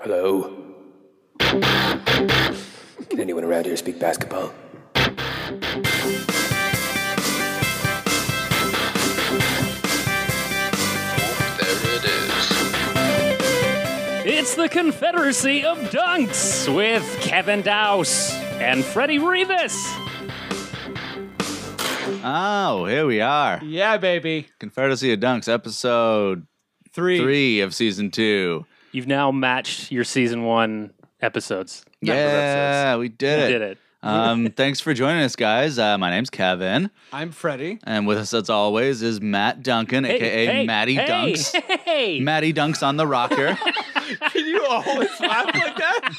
Hello? Can anyone around here speak basketball? There it is. It's the Confederacy of Dunks with Kevin Douse and Freddie Rivas. Oh, here we are. Yeah, baby. Confederacy of Dunks, episode Three. three of season two. You've now matched your season one episodes. Number of episodes. Yeah, we did You it. did it. um, thanks for joining us, guys. Uh, my name's Kevin, I'm Freddie. and with us, as always, is Matt Duncan, aka Matty hey, Dunks. Hey, Matty Dunks on the rocker. Can you always laugh like that?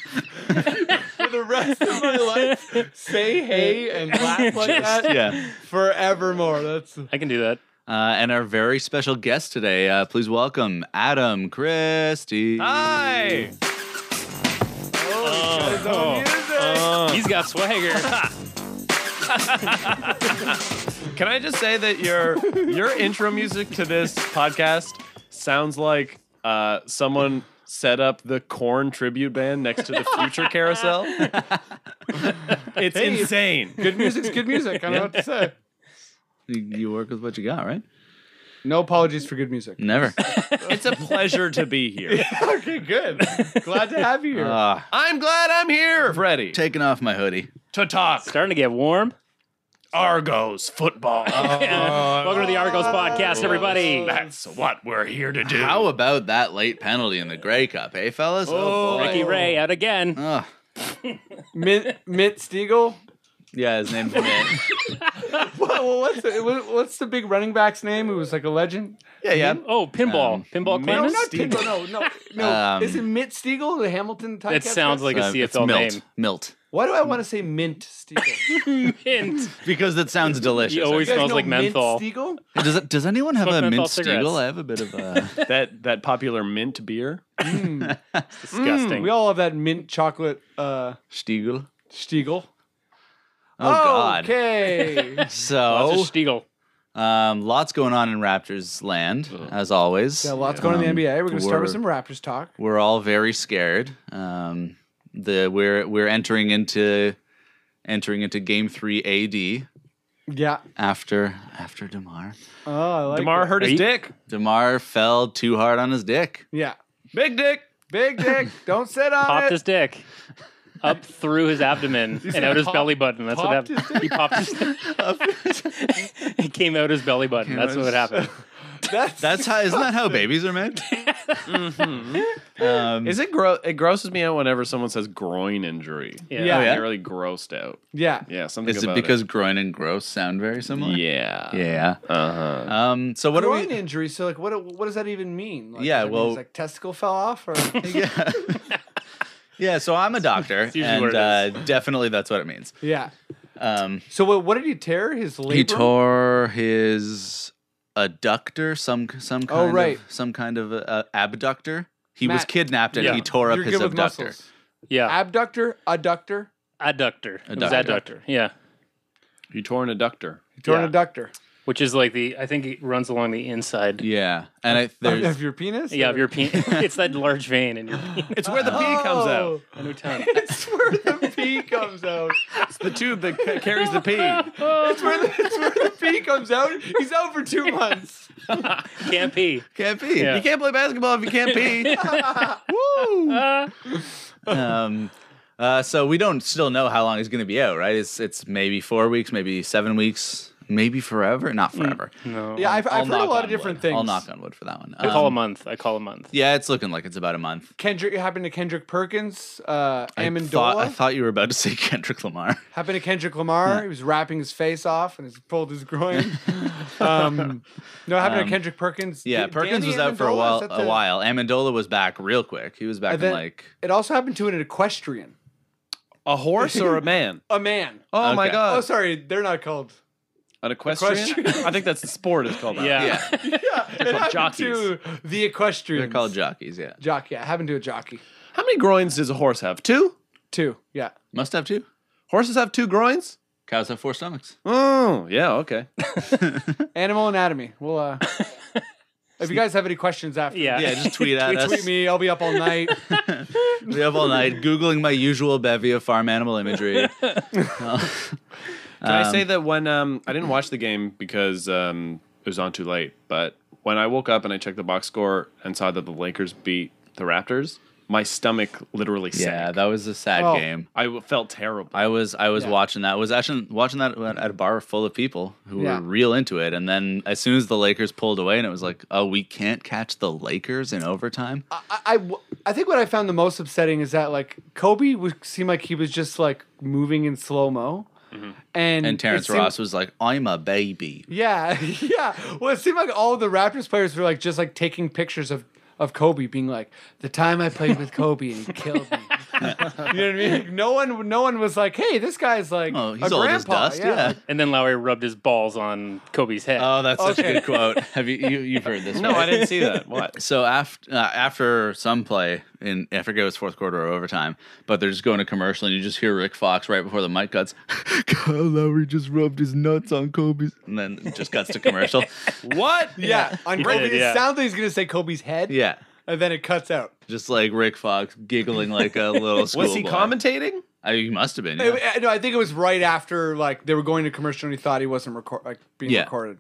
For the rest of my life, say hey and laugh like that yeah. forevermore. That's I can do that. Uh, and our very special guest today, uh, please welcome Adam Christie. Ah. Hi. He's got swagger. Can I just say that your your intro music to this podcast sounds like uh, someone set up the Corn tribute band next to the Future Carousel? it's insane. good music's good music. I don't know what to say. You, you work with what you got, right? No apologies for good music. Never. It's a pleasure to be here. okay, good. Glad to have you here. Ah, I'm glad I'm here, Freddie, taking off my hoodie. to talk Starting to get warm. Argos football. Welcome to the Argos podcast, everybody. That's what we're here to do. How about that late penalty in the Grey Cup, eh, fellas? Oh, Ricky Ray out again. Ugh. Mint, Mint Stiegel. Yeah, his name's Mint. Well, what's the, what- what's the big running back's name? Who was like a legend? yeah, yeah. Oh, pinball. Um, pinball Mint No, Clemens? not Stiegel. No, no, no. Um, Is it Mint Stiegel, the Hamilton? That typecast sounds guy? like a Uh, it's CFL Milt. name. Milt. Why do I want to say Mint Stiegel? Hint. Because that sounds delicious. He always You guys smells know like Mint menthol. Stiegel? does, it- does anyone have Smoke a mint menthol cigarettes. steagle? I have a bit of a. that that popular mint beer? Hmm. Disgusting. We all have that mint chocolate uh, Stiegel? Stiegel. Oh, God. Okay. So, Lots of Stiegel. um, lots going on in Raptors land, as always. yeah, lots going on in the NBA. We're going to start we're- with some Raptors talk. We're all very scared. Um, the we're we're entering into entering into game three AD Yeah. after after Demar. Oh, I like Demar it. hurt Eight. his dick. Demar fell too hard on his dick. Yeah. Big dick. Big dick. Don't sit on popped it. his dick up through his abdomen and out his belly button. That's what popped happened. He popped his it came out his belly button. That's what happened. That's, That's how isn't that how babies are made? um, Is it gross? It grosses me out whenever someone says groin injury. Yeah. Yeah. Oh, yeah? I'm really grossed out. yeah. Yeah, something. Is it about because groin and gross sound very similar? Yeah. Yeah. Uh-huh. Um, so what What are groin we? injury. So, like, what what does that even mean? Like, Yeah, does it mean well- it's like testicle fell off, or yeah. yeah. So I'm a doctor, usually and what uh, it definitely that's what it means. yeah. Um, So, what, what did he tear? His labrum. he tore his adductor, some some kind Oh, right. of some kind of uh, abductor. He was Matt. kidnapped and Yeah. he tore up You're his good with abductor. muscles. Yeah. Abductor, adductor, Adductor. It was Adductor. adductor. Yeah. You tore an adductor. torn Yeah. adductor Which is like the I think it runs along the inside. Yeah. Yeah, and I, of, there's of your penis. of your penis. it's that large vein in your Oh. penis. It's where the pee comes out. No tongue. Oh. It's where the pee comes out. It's the tube that ca- carries the pee. It's where the, it's where the pee comes out. He's out for two months. Can't pee. can't pee. Yeah. You can't play basketball if you can't pee. Woo! Uh, um, uh, so we don't still know how long he's going to be out, right? It's it's maybe four weeks, maybe seven weeks, maybe forever. Not forever. Mm. no. Yeah, I've, I'll I've heard a knock lot on of different wood. things. I'll knock on wood for that one. I call a Um, month. I call a month. Yeah, it's looking like it's about a month. Kendrick it happened to Kendrick Perkins. Uh, I Amendola thought, Hmm. I thought you were about to say Kendrick Lamar. happened to Kendrick Lamar. He was rapping his face off and he's pulled his groin. um, no, it happened to Kendrick Perkins. Yeah, D- Perkins Danny was out for a Amendola, while. is that A the- while. Amendola was back real quick. He was back And then- in like It also happened to an equestrian, A horse or a man? a man. Oh, Oh my Okay. god. sorry, they're not called. An equestrian? Equestrian. I think that's the sport it's called. that. Yeah. yeah. It happened to the equestrian. They're called jockeys. Yeah, jockey. Yeah, it happened to a jockey. How many groins does a horse have? Two? Two. Yeah. must have two. Horses have two groins? Cows have four stomachs. Oh, yeah, okay. Animal anatomy. We'll uh If you guys have any questions after, Yeah. Yeah, just tweet at tweet, us. tweet me. I'll be up all night. We have all night googling my usual bevy of farm animal imagery. Can I say that when um, I didn't watch the game because um, it was on too late, but when I woke up and I checked the box score and saw that the Lakers beat the Raptors, my stomach literally yeah, sank. that was a sad Oh. game. I w- felt terrible. I was I was Yeah. watching that. I was actually watching that at a bar full of people who Yeah. were real into it. And then as soon as the Lakers pulled away, and it was like, oh, we can't catch the Lakers in overtime. I, I w- I think what I found the most upsetting is that like Kobe would seem like he was just like moving in slow mo, and and Terrence it seemed- Ross was like, I'm a baby. Yeah, yeah. Well, it seemed like all the Raptors players were like just like taking pictures of of Kobe, being like, "The time I played with Kobe and he killed me." you know what I mean? Like, no one, no one was like, "Hey, this guy's like Oh, a he's old as grandpa." dust. Yeah. And then Lowry rubbed his balls on Kobe's head. Oh, that's such Okay. a good quote. Have you, you you've heard this? no, right? I didn't see that. What? So after uh, after some play in I forget it was fourth quarter or overtime, but they're just going to commercial and you just hear Rick Fox right before the mic cuts. Kyle Lowry just rubbed his nuts on Kobe's, and then it just cuts to commercial. What? Yeah, on Kobe, did, it yeah. sounds like he's gonna say Kobe's head, yeah, and then it cuts out. just like Rick Fox giggling like a little school. Was he commentating? I, he must have been. It- Yeah. it- no, I think it was right after like they were going to commercial and he thought he wasn't record like being Yeah. recorded.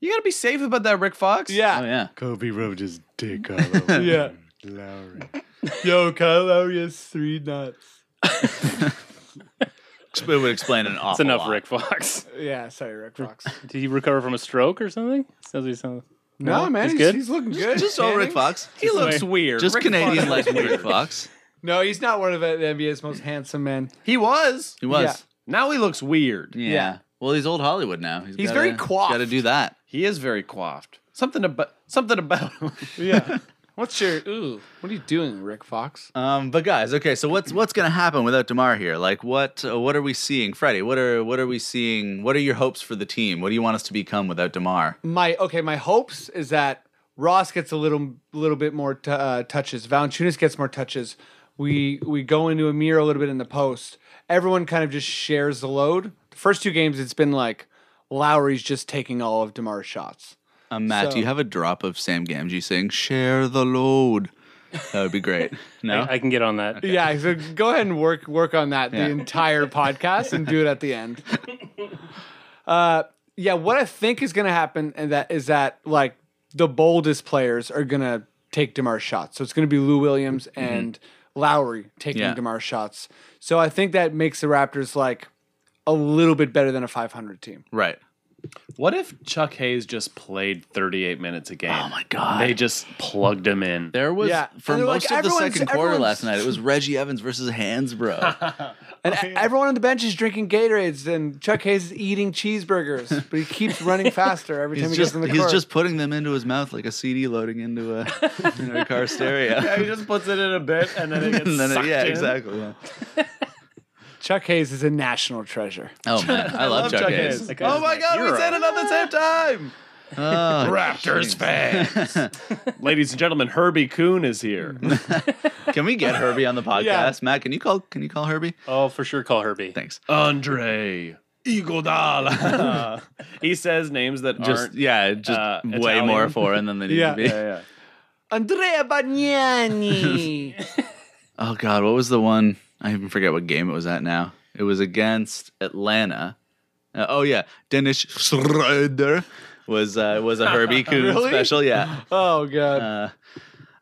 You gotta be safe about that, Rick Fox. Yeah, Oh yeah. Kobe rubbed his dick all over yeah. Lowry. Yo, Kyle Lowry has three nuts. It would explain an awful. That's enough, lot. Rick Fox. Yeah, sorry, Rick Fox. Did he recover from a stroke or something? Sounds like something. no, man, he's he's, good? he's looking good. Just all Rick Tanning. Fox. He looks weird. Just Rick Canadian Fox like looks Rick weird. Fox. No, he's not one of the the NBA's most handsome men. He was. He was. Yeah. Now he looks weird. Yeah. Well, he's old Hollywood now. He's very coiffed. Got to do that. He is very coiffed. Something about something about him. Yeah. What's your ooh? What are you doing, Rick Fox? Um, but guys, okay, so what's what's going to happen without Demar here? Like, what uh, what are we seeing, Freddie? What are what are we seeing? What are your hopes for the team? What do you want us to become without Demar? My okay, my hopes is that Ross gets a little little bit more t- uh, touches. Valanciunas gets more touches. We we go into Amir a little bit in the post. Everyone kind of just shares the load. The first two games, it's been like Lowry's just taking all of Demar's shots. Um, Matt, So- do you have a drop of Sam Gamgee saying "Share the load"? That would be great. No, I, I can get on that. Yeah, so go ahead and work work on that Yeah. the entire podcast and do it at the end. Uh, yeah, what I think is going to happen and that is that like the boldest players are going to take Demar shots. So it's going to be Lou Williams and Lowry taking Mm-hmm. Yeah. Demar shots. So I think that makes the Raptors like a little bit better than a 500 team. right. What if Chuck Hayes just played 38 minutes a game? Oh my God. They just plugged him in. There was Yeah, for and they're most like, of the everyone's- second quarter everyone's- last night. It was Reggie Evans versus Hansbro. And Oh, e- everyone on the bench is drinking Gatorades and Chuck Hayes is eating cheeseburgers, but he keeps running faster every time he's he just gets in the he's court. just putting them into his mouth like a CD loading into a, into a car stereo. he just puts it in a bit and then it gets And then it- sucked yeah, in. exactly. yeah. Chuck Hayes is a national treasure. Oh man, I, love, Chuck, Hayes. That guy's Oh my god, we hero. said it at the same time. Oh, Raptors fans. Ladies and gentlemen, Herbie Kuhn is here. Can we get Herbie on the podcast? Yeah. Matt, can you call can you call Herbie? Oh, for sure, call Herbie. Thanks. Andre Iguodala. he says names that Just aren't yeah, just uh, way Italian. more foreign than they need Yeah. to be. Yeah, yeah. Andrea Bagnani. Oh god, what was the one? I even forget what game it was at now. It was against Atlanta. Uh, oh yeah, Dennis Schroeder was uh, was a Herbie Coon Really? special. Yeah. oh god. Uh,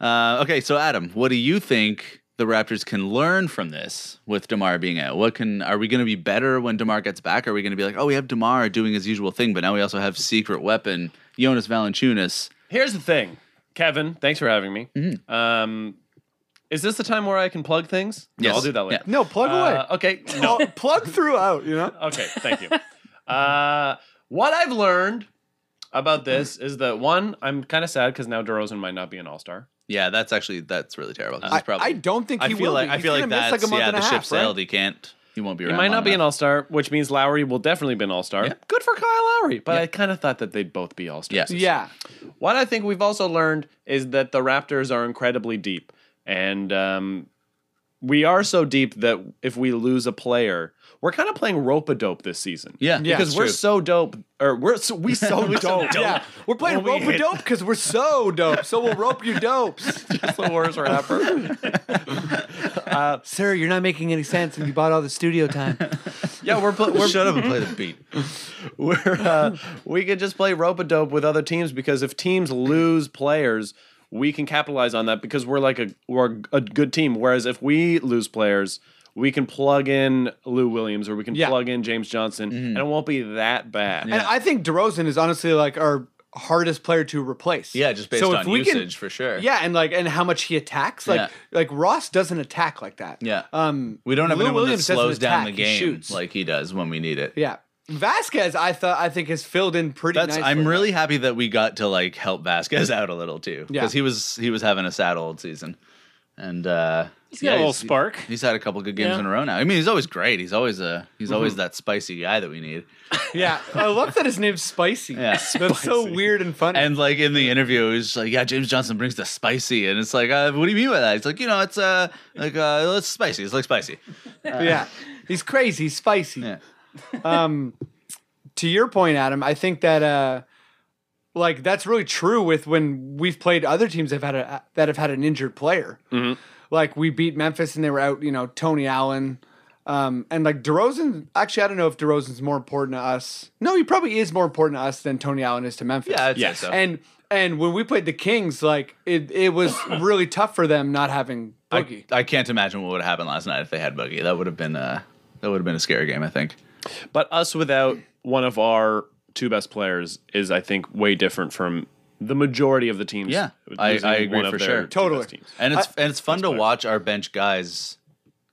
uh, okay, so Adam, what do you think the Raptors can learn from this with Demar being out? What can are we going to be better when Demar gets back? Are we going to be like, oh, we have Demar doing his usual thing, but now we also have secret weapon Jonas Valanciunas? Here's the thing, Kevin. Thanks for having me. Mm-hmm. Um, is this the time where I can plug things? No, Yes. I'll do that later. no, plug Uh, away. okay. No. No. plug throughout, you know? okay. Thank you. Uh, what I've learned about this Mm-hmm. is that one, I'm kind of sad because now DeRozan might not be an All Star. Yeah, that's actually that's really terrible. 'cause he's I, I don't think I he feel will like be. I He's feel like gonna miss, that's a month yeah, and the a ship half, right? sailed. He can't. He won't be He around. might long not be an enough. All Star, which means Lowry will definitely be an All Star. Yeah. Good for Kyle Lowry, but I kind of thought that they'd both be All Stars. Yeah. Yeah. What I think we've also learned is that the Raptors are incredibly deep, and um, we are so deep that if we lose a player, we're kind of playing rope a dope this season. Yeah. Yeah, because it's we're true. so dope, or we're so, we so dope. Yeah, we're playing When rope we a dope because we're so dope. So we'll rope you dopes. That's the worst rapper. Sir, you're not making any sense, and you bought all the studio time. Yeah, we're pl- we're Shut up and play the beat. we're uh, we could just play rope a dope with other teams because if teams lose players, we can capitalize on that because we're like a we're a good team. Whereas if we lose players, we can plug in Lou Williams or we can Yeah. plug in James Johnson, Mm-hmm. and it won't be that bad. And I think DeRozan is honestly like our hardest player to replace. Yeah, just based So if on we can- usage for sure. Yeah, and like and how much he attacks. Like Yeah. like Ross doesn't attack like that. Yeah. Um We don't have Lou anyone Williams that doesn't slows down the attack, he game shoots. like he does when we need it. Yeah. Vasquez, I thought I think has filled in pretty That's nicely. I'm really happy that we got to like help Vasquez out a little too. Yeah. Because he was he was having a sad old season. And uh He's got a little spark. He's had a couple good games Yeah. in a row now. I mean, he's always great. He's always a he's always that spicy guy that we need. Yeah. I love that his name's Spicy. Yeah. That's so weird and funny. And like in the interview, he's like, "Yeah, James Johnson brings the spicy," and it's like, uh, "What do you mean by that?" It's like, you know, it's uh like uh it's spicy. It's like spicy. yeah. He's crazy, he's spicy. Yeah. Um to your point, Adam, I think that uh like that's really true with when we've played other teams that have had a, that have had an injured player. Like we beat Memphis and they were out, you know, Tony Allen. Um, and like DeRozan, actually, I don't know if DeRozan's more important to us. No, he probably is more important to us than Tony Allen is to Memphis. Yeah, I'd say Yes. so. and and when we played the Kings, like it, it was really tough for them not having Boogie. I, I can't imagine what would have happened last night if they had Boogie. That would have been uh that would have been a scary game. I think. But us without one of our two best players is, I think, way different from the majority of the teams. Yeah, I- losing I agree one of for their sure. two best Totally. teams. And it's and it's fun to watch our bench guys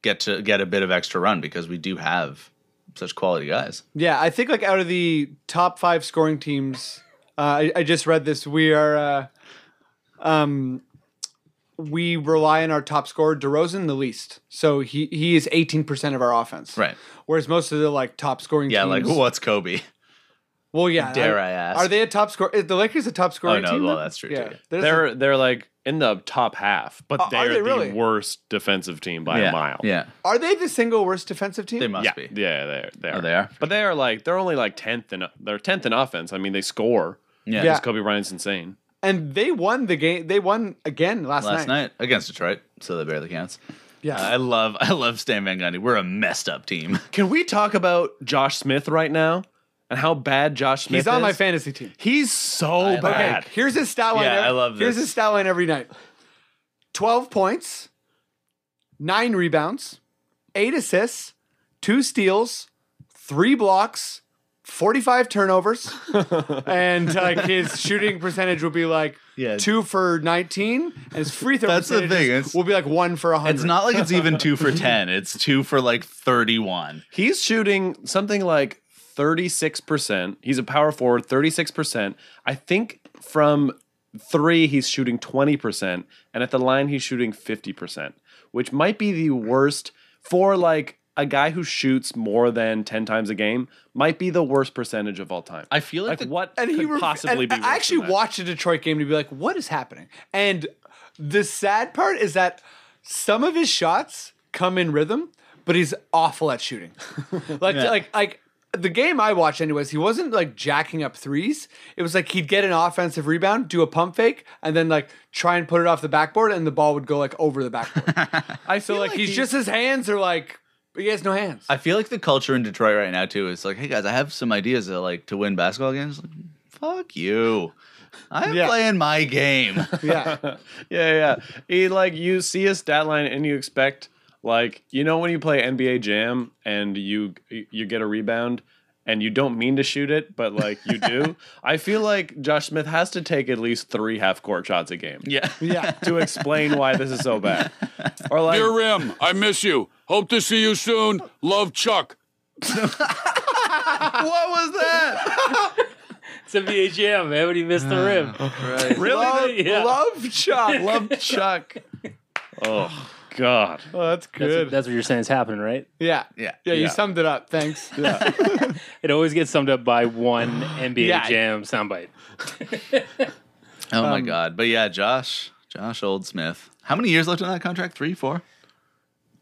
get to get a bit of extra run because we do have such quality guys. yeah, I think like out of the top five scoring teams, uh, I, I just read this. We are, uh, um, we rely on our top scorer DeRozan the least. So he he is eighteen percent of our offense. Right. Whereas most of the like top scoring Yeah, teams, like what's Kobe? Well, yeah. dare like, I ask? Oh, Are they a top score? Is the Lakers a top scoring no, team? well, though? that's true, too. They're, They're they're like in the top half, but Oh, Are- are they're they really? the worst defensive team by yeah. a mile. Yeah, are they the single worst defensive team? they must yeah, be. yeah, they're they are. Oh, they are? But they are like they're only like tenth in they're tenth in offense. I mean, they score. Yeah, Yeah. Because Kobe Bryant's insane. and they won the game. They won again last, last night against Detroit, so that barely counts. Yeah. I love I love Stan Van Gundy. We're a messed up team. Can we talk about Josh Smith right now and how bad Josh Smith He's on is? my fantasy team. He's so like bad. Okay, here's his stat line. Yeah, every- I love Here's this. his stat line every night: twelve points, nine rebounds, eight assists, two steals, three blocks, forty-five turnovers, and like his shooting percentage will be like Yeah. two for nineteen, and his free throw That's the percentage thing, it's- will be like one for hundred. It's not like it's even two for ten. It's two for like thirty one. He's shooting something like 36%. He's a power forward, 36%. I think from three, he's shooting 20%. And at the line, he's shooting 50%, which might be the worst for like a guy who shoots more than 10 times a game, might be the worst percentage of all time. I feel like, like, the- what and could he ref- possibly and be worse I actually than that? watched a Detroit game to be like, what is happening? And the sad part is that some of his shots come in rhythm, but he's awful at shooting. like like like the game I watched anyways, he wasn't like jacking up threes. It was like he'd get an offensive rebound, do a pump fake, and then like try and put it off the backboard, and the ball would go like over the backboard. I feel so like he's he- just his hands are like he has no hands. I feel like the culture in Detroit right now too is like, hey guys, I have some ideas that like to win basketball games. Like, Fuck you. I'm Yeah. playing my game. yeah. Yeah, yeah. He like you see a stat line and you expect like you know when you play NBA Jam and you you get a rebound and you don't mean to shoot it, but like you do. I feel like Josh Smith has to take at least three half court shots a game yeah. Yeah. to explain why this is so bad. Or like Dear Rim, I miss you. Hope to see you soon. Love, Chuck. What was that? It's a VHM, man. When you missed the rim. Love, Yeah. Oh, love shot. Love Chuck. Oh God. Oh, That's, that's good. that's what you're saying is happening, right? yeah. Yeah. Yeah, Yeah. you summed it up. Thanks. It always gets summed up by one NBA Yeah. Jam soundbite. Oh my god. But yeah, Josh, Josh Old Smith. How many years left on that contract? Three, four?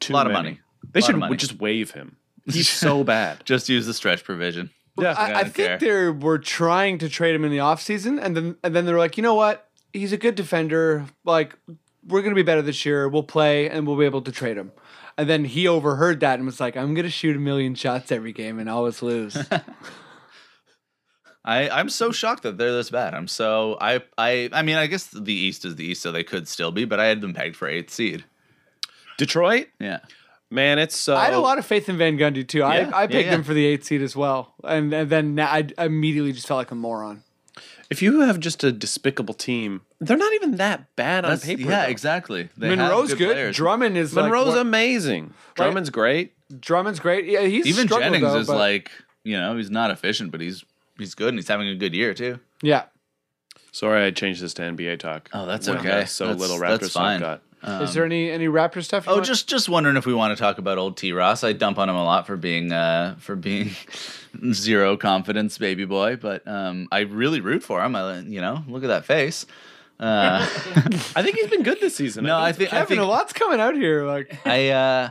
a lot of money. They Lot should of money. just waive him. He's so bad. Just use the stretch provision. Yeah. I, I don't think they were trying to trade him in the offseason, and then and then they were like, you know what? He's a good defender. Like, we're gonna be better this year. We'll play, and we'll be able to trade him. And then he overheard that and was like, I'm gonna shoot a million shots every game and always lose. I, I'm so shocked that they're this bad. I'm so I I I mean I guess the East is the East, so they could still be, but I had them pegged for eighth seed. Detroit, Yeah, man, it's so. I had a lot of faith in Van Gundy too. Oh. Yeah, I, I yeah, picked him yeah. for the eighth seed as well, and, and then now I immediately just felt like a moron. if you have just a despicable team, they're not even that bad on That's- paper. yeah, though. exactly. They have Monroe's good. players. Drummond is like Monroe's one- amazing. Drummond's great. Drummond's great. Yeah, he's Even struggled, Jennings though, is but- like you know he's not efficient, but he's he's good and he's having a good year too. yeah. Sorry, I changed this to NBA talk. Oh, that's We've okay. got So That's- little that's Raptors fine. talk got. is there any any Raptor stuff? you Oh, want- just just wondering if we want to talk about old T Ross. I dump on him a lot for being uh for being zero confidence baby boy, but um I really root for him. I you know look at that face. Uh, I think he's been good this season. no, I think I Kevin. think a lot's coming out here. Like I uh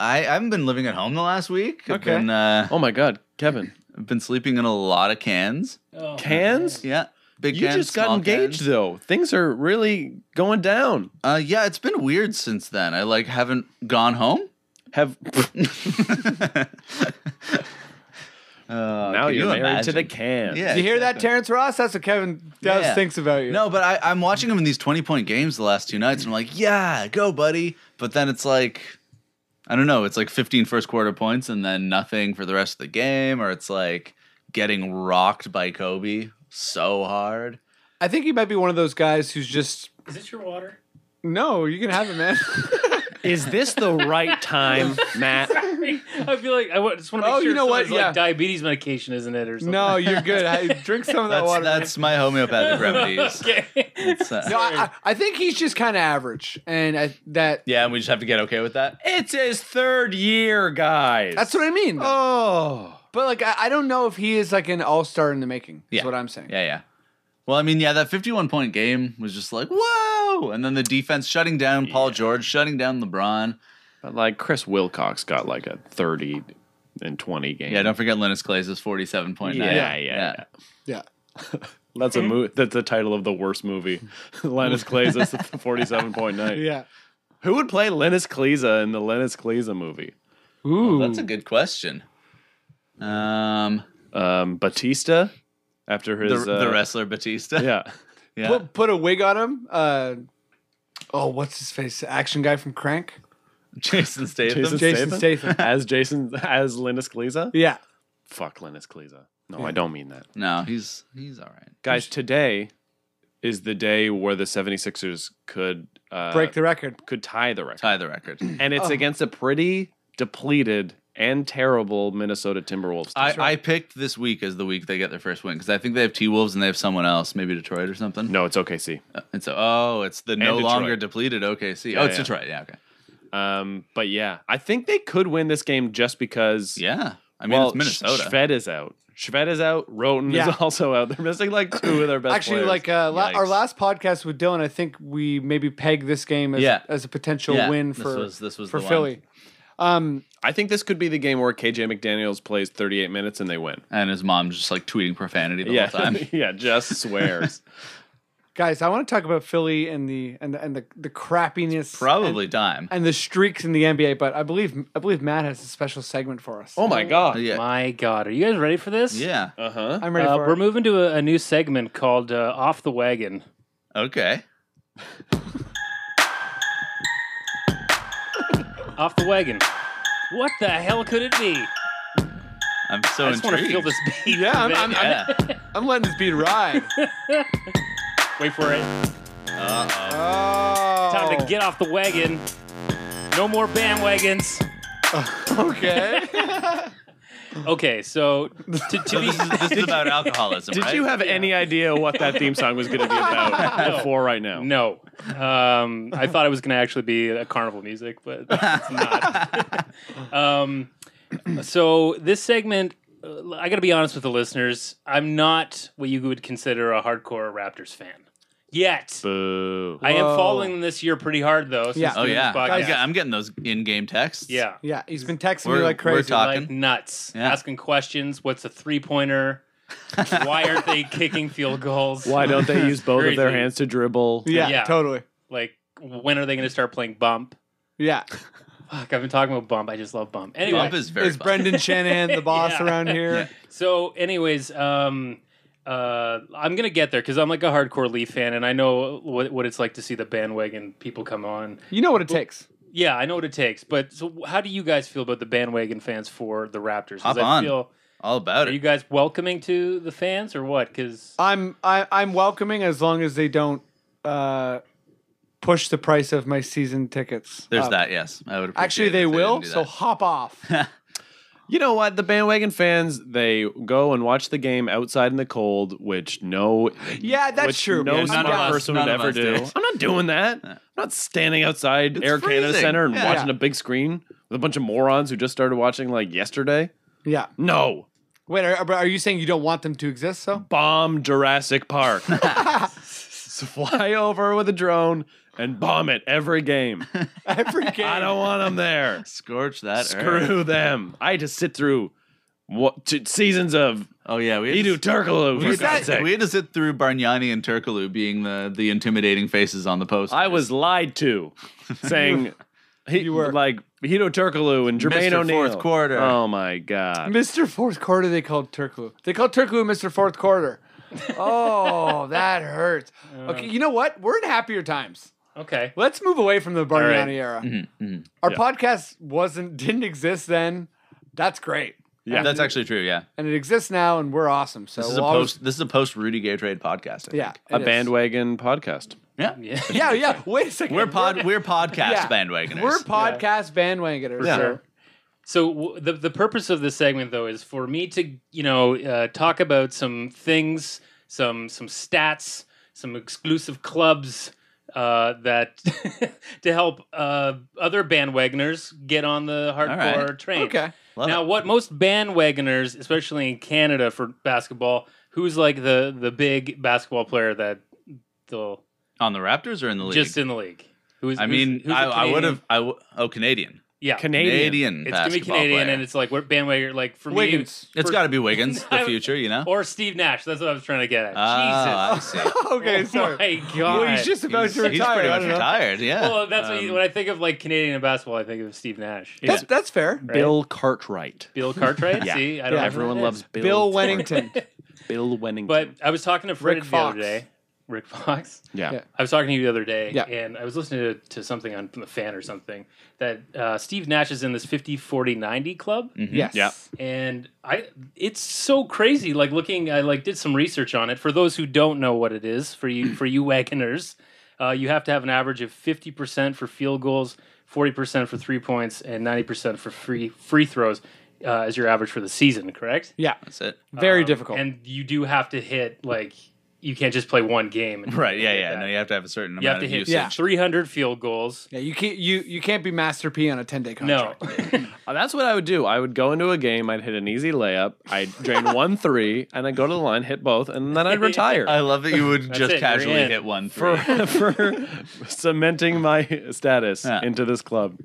I I haven't been living at home the last week. I've Okay. been uh Oh my God, Kevin. I've been sleeping in a lot of cans. Cans? Yeah. Oh, Big You cans, just got small engaged cans. though. Things are really going down. Uh yeah, it's been weird since then. I like haven't gone home. Have Uh, now can you're you married to imagine? the cans. Yeah. you hear that, Terrence Ross? That's what Kevin does Yeah. thinks about you. No, but I, I'm watching him in these 20 point games the last two nights, and I'm like, yeah, go, buddy. But then it's like, I don't know, it's like 15 first quarter points and then nothing for the rest of the game, or it's like getting rocked by Kobe so hard. I think he might be one of those guys who's just Is this your water? no. You can have it, man. Is this the right time, Matt? I feel like I wa- just want to make Oh, sure you know what? someone's, like Yeah. diabetes medication isn't it or something. no, you're good. I, drink some of that That's, water. man. that's my homeopathic remedies. okay. It's, uh, no, I, I I think he's just kind of average, and I, that yeah, and we just have to get okay with that. It's his third year, guys. that's what I mean. though. oh. But like, I, I don't know if he is like an all star in the making. Is Yeah. what I'm saying. Yeah, yeah. Well, I mean, yeah, that 51 point game was just like, whoa. And then the defense shutting down Paul George, shutting down LeBron. But like Chris Wilcox got like a thirty and twenty game. Yeah, don't forget Linus Clays' 47.9. Yeah, yeah, yeah. Yeah. That's a movie. That's the title of the worst movie. Lennis Kleza, forty-seven point nine. Yeah. Who would play Lennis Kleza in the Lennis Kleza movie? Ooh. That's a good question. Um, Um, Batista, after his the, uh, the wrestler Batista. Yeah, Yeah. put, put a wig on him. Uh, oh, what's his face? The Action guy from Crank. Jason Statham. Jason- Jason Statham. as Jason, as Lennis Kleza. yeah. Fuck Lennis Kleza. No, I don't mean that, No, he's he's all right. guys. Today is the day where the 76ers could uh, Break the record. could tie the record, Tie the record. and it's against a pretty depleted and terrible Minnesota Timberwolves. team. I, I picked this week as the week they get their first win because I think they have T Wolves and they have someone else, maybe Detroit or something. no, it's OKC. And so, oh, it's the no Detroit. longer depleted OKC. oh, it's yeah. Detroit. Yeah. Okay. Um, but yeah, I think they could win this game just because. Yeah. I mean, well, it's Minnesota. Sh- Shved is out. Shved is out. Roten Yeah. is also out. They're missing like two of their best. Actually, players. like uh, la- our Yikes. last podcast with Dylan, I think we maybe pegged this game as, Yeah. as a potential Yeah, win this for was- this was for the one. Philly. Um, I think this could be the game where KJ McDaniel's plays 38 minutes and they win. and his mom's just like tweeting profanity the yeah, whole time. yeah, just swears. guys, I want to talk about Philly and the and the, and the, the crappiness, Probably dime. and, and the streaks in the NBA. But I believe I believe Matt has a special segment for us. oh my god. yeah. My God, are you guys ready for this? Yeah. Uh huh. I'm ready Uh, for we're it. moving to a, a new segment called uh, "Off the Wagon." Okay. Off the wagon. What the hell could it be? I'm so I just want to intrigued. feel this beat. Yeah, of I'm- it. I'm- I'm- Yeah. I'm letting this beat ride. Wait for it. Uh-oh. oh, Time to get off the wagon. No more bandwagons. okay. Okay, so to, to be This is about alcoholism. Did right? you have any idea what that theme song was going to be about before right now? no, um, I thought it was going to actually be a carnival music, but it's not. um, so this segment, uh, I got to be honest with the listeners. I'm not what you would consider a hardcore Raptors fan. yet. Boo. I am Whoa. following this year pretty hard though. since Yeah. Oh doing this yeah, I'm, podcast. get- I'm getting those in-game texts. yeah, Yeah, he's been texting me We're- like we're crazy. talking. like nuts, Yeah. asking questions. What's a three pointer? Why aren't they kicking field goals? Why don't they use both of their Crazy. hands to dribble? yeah, Yeah. totally. Like, when are they going to start playing bump? Yeah, Fuck, I've been talking about bump. I just love bump. Anyway, Bump is very is fun. Brendan Shanahan the boss Yeah. around here? Yeah. So, anyways, um, uh, I'm gonna get there because I'm like a hardcore Leaf fan, and I know what, what it's like to see the bandwagon people come on. You know what it takes. Yeah, I know what it takes. But so, how do you guys feel about the bandwagon fans for the Raptors? 'Cause Hop I on. feel- all about are you it. guys welcoming to the fans or what? Because I'm I, I'm welcoming as long as they don't uh, push the price of my season tickets. There's up. that. Yes, I would. Appreciate Actually, it if they will. didn't do So that. hop off. You know what? The bandwagon fans, they go and watch the game outside in the cold, which no Yeah, that's which true. No Yeah, smart none of us- person none would of ever us do. did. I'm not doing that. I'm not standing outside Air Canada freezing. Center and Yeah. watching a big screen with a bunch of morons who just started watching like yesterday. Yeah. No. Wait, are, are you saying you don't want them to exist? So Bomb Jurassic Park. so fly over with a drone and bomb it every game. every game. I don't want them there. scorch that. earth. Screw them. I had to sit through what two seasons of Oh yeah, we had Edu to- Turkoglu. we For had to- God's sake. we had to sit through Bargnani and Turkoglu being the the intimidating faces on the post. I was lied to, saying he You were. like Hito Turkoglu and Jermaine Mr. O'Neal. Fourth Quarter. Oh my god! Mr. Fourth Quarter, they called Turkoglu. They called Turkoglu Mr. Fourth Quarter. Oh, that hurts. Okay, you know what? We're in happier times. okay, Let's move away from the Bargnani right. era. mhm. Our podcast wasn't didn't exist then. That's great, yeah, that's actually true. Yeah, and it exists now, and we're awesome. So this is a we'll always- post. This is a post Rudy Gay trade podcast. I think. Yeah, A it is. bandwagon podcast. yeah, yeah, Yeah, yeah. Wait a second. We're pod. We're podcast Yeah. bandwagoners. We're podcast bandwagoners. Yeah. sir. So w- the the purpose of this segment though is for me to you know uh, talk about some things, some some stats, some exclusive clubs uh, that to help uh, other bandwagoners get on the hardcore train. Okay. Love now, it. what most bandwagoners, especially in Canada for basketball, who's like the the big basketball player that they'll on the Raptors or in the league. just in the league? Who's I who's- mean, who's a I, I would have. Canadian- I w- oh Canadian. yeah. Canadian. Canadian. It's gonna be basketball Canadian, player. and it's like we're bandwagon. Like for Wiggins. me, It's for- got to be Wiggins, the I- future, you know? or Steve Nash. That's what I was trying to get at. Ah, Jesus. I see. okay, sorry. Oh my god. Well, he's just about He's, to he's retire. pretty I much don't know. retired, yeah. Well, uh, that's what Um, you, when I think of like Canadian basketball, I think of Steve Nash. That's, that's fair. Bill Cartwright. Bill Cartwright. Yeah. See, I Yeah. know who Everyone that is. loves Bill. Bill Cart- Wennington. Bill Wennington. But I was talking to Fred Rick the other Fox. day. Rick Fox. yeah. Yeah. I was talking to you the other day, Yeah. and I was listening to, to something on from the fan or something that uh, Steve Nash is in this 50 40 90 club. Mm-hmm. yes. Yeah. and i it's so crazy like looking i like did some research on it for those who don't know what it is for you for you wagoners uh, you have to have an average of 50% for field goals 40% for three points and 90% for free free throws uh, as your average for the season correct Yeah. That's it. Very Um, difficult. and you do have to hit like you can't just play one game and Right, yeah, get yeah. that. No, you have to have a certain you have amount to of hit usage. Yeah. 300 field goals yeah, you can't you you can't be Master P on a ten day no contract. Uh, That's what I would do. I would go into a game. I'd hit an easy layup. I'd drain one three, and I'd go to the line, hit both, and then I'd retire. I love that you would just it, you're casually in. hit one for, three. for cementing my status Yeah. into this club.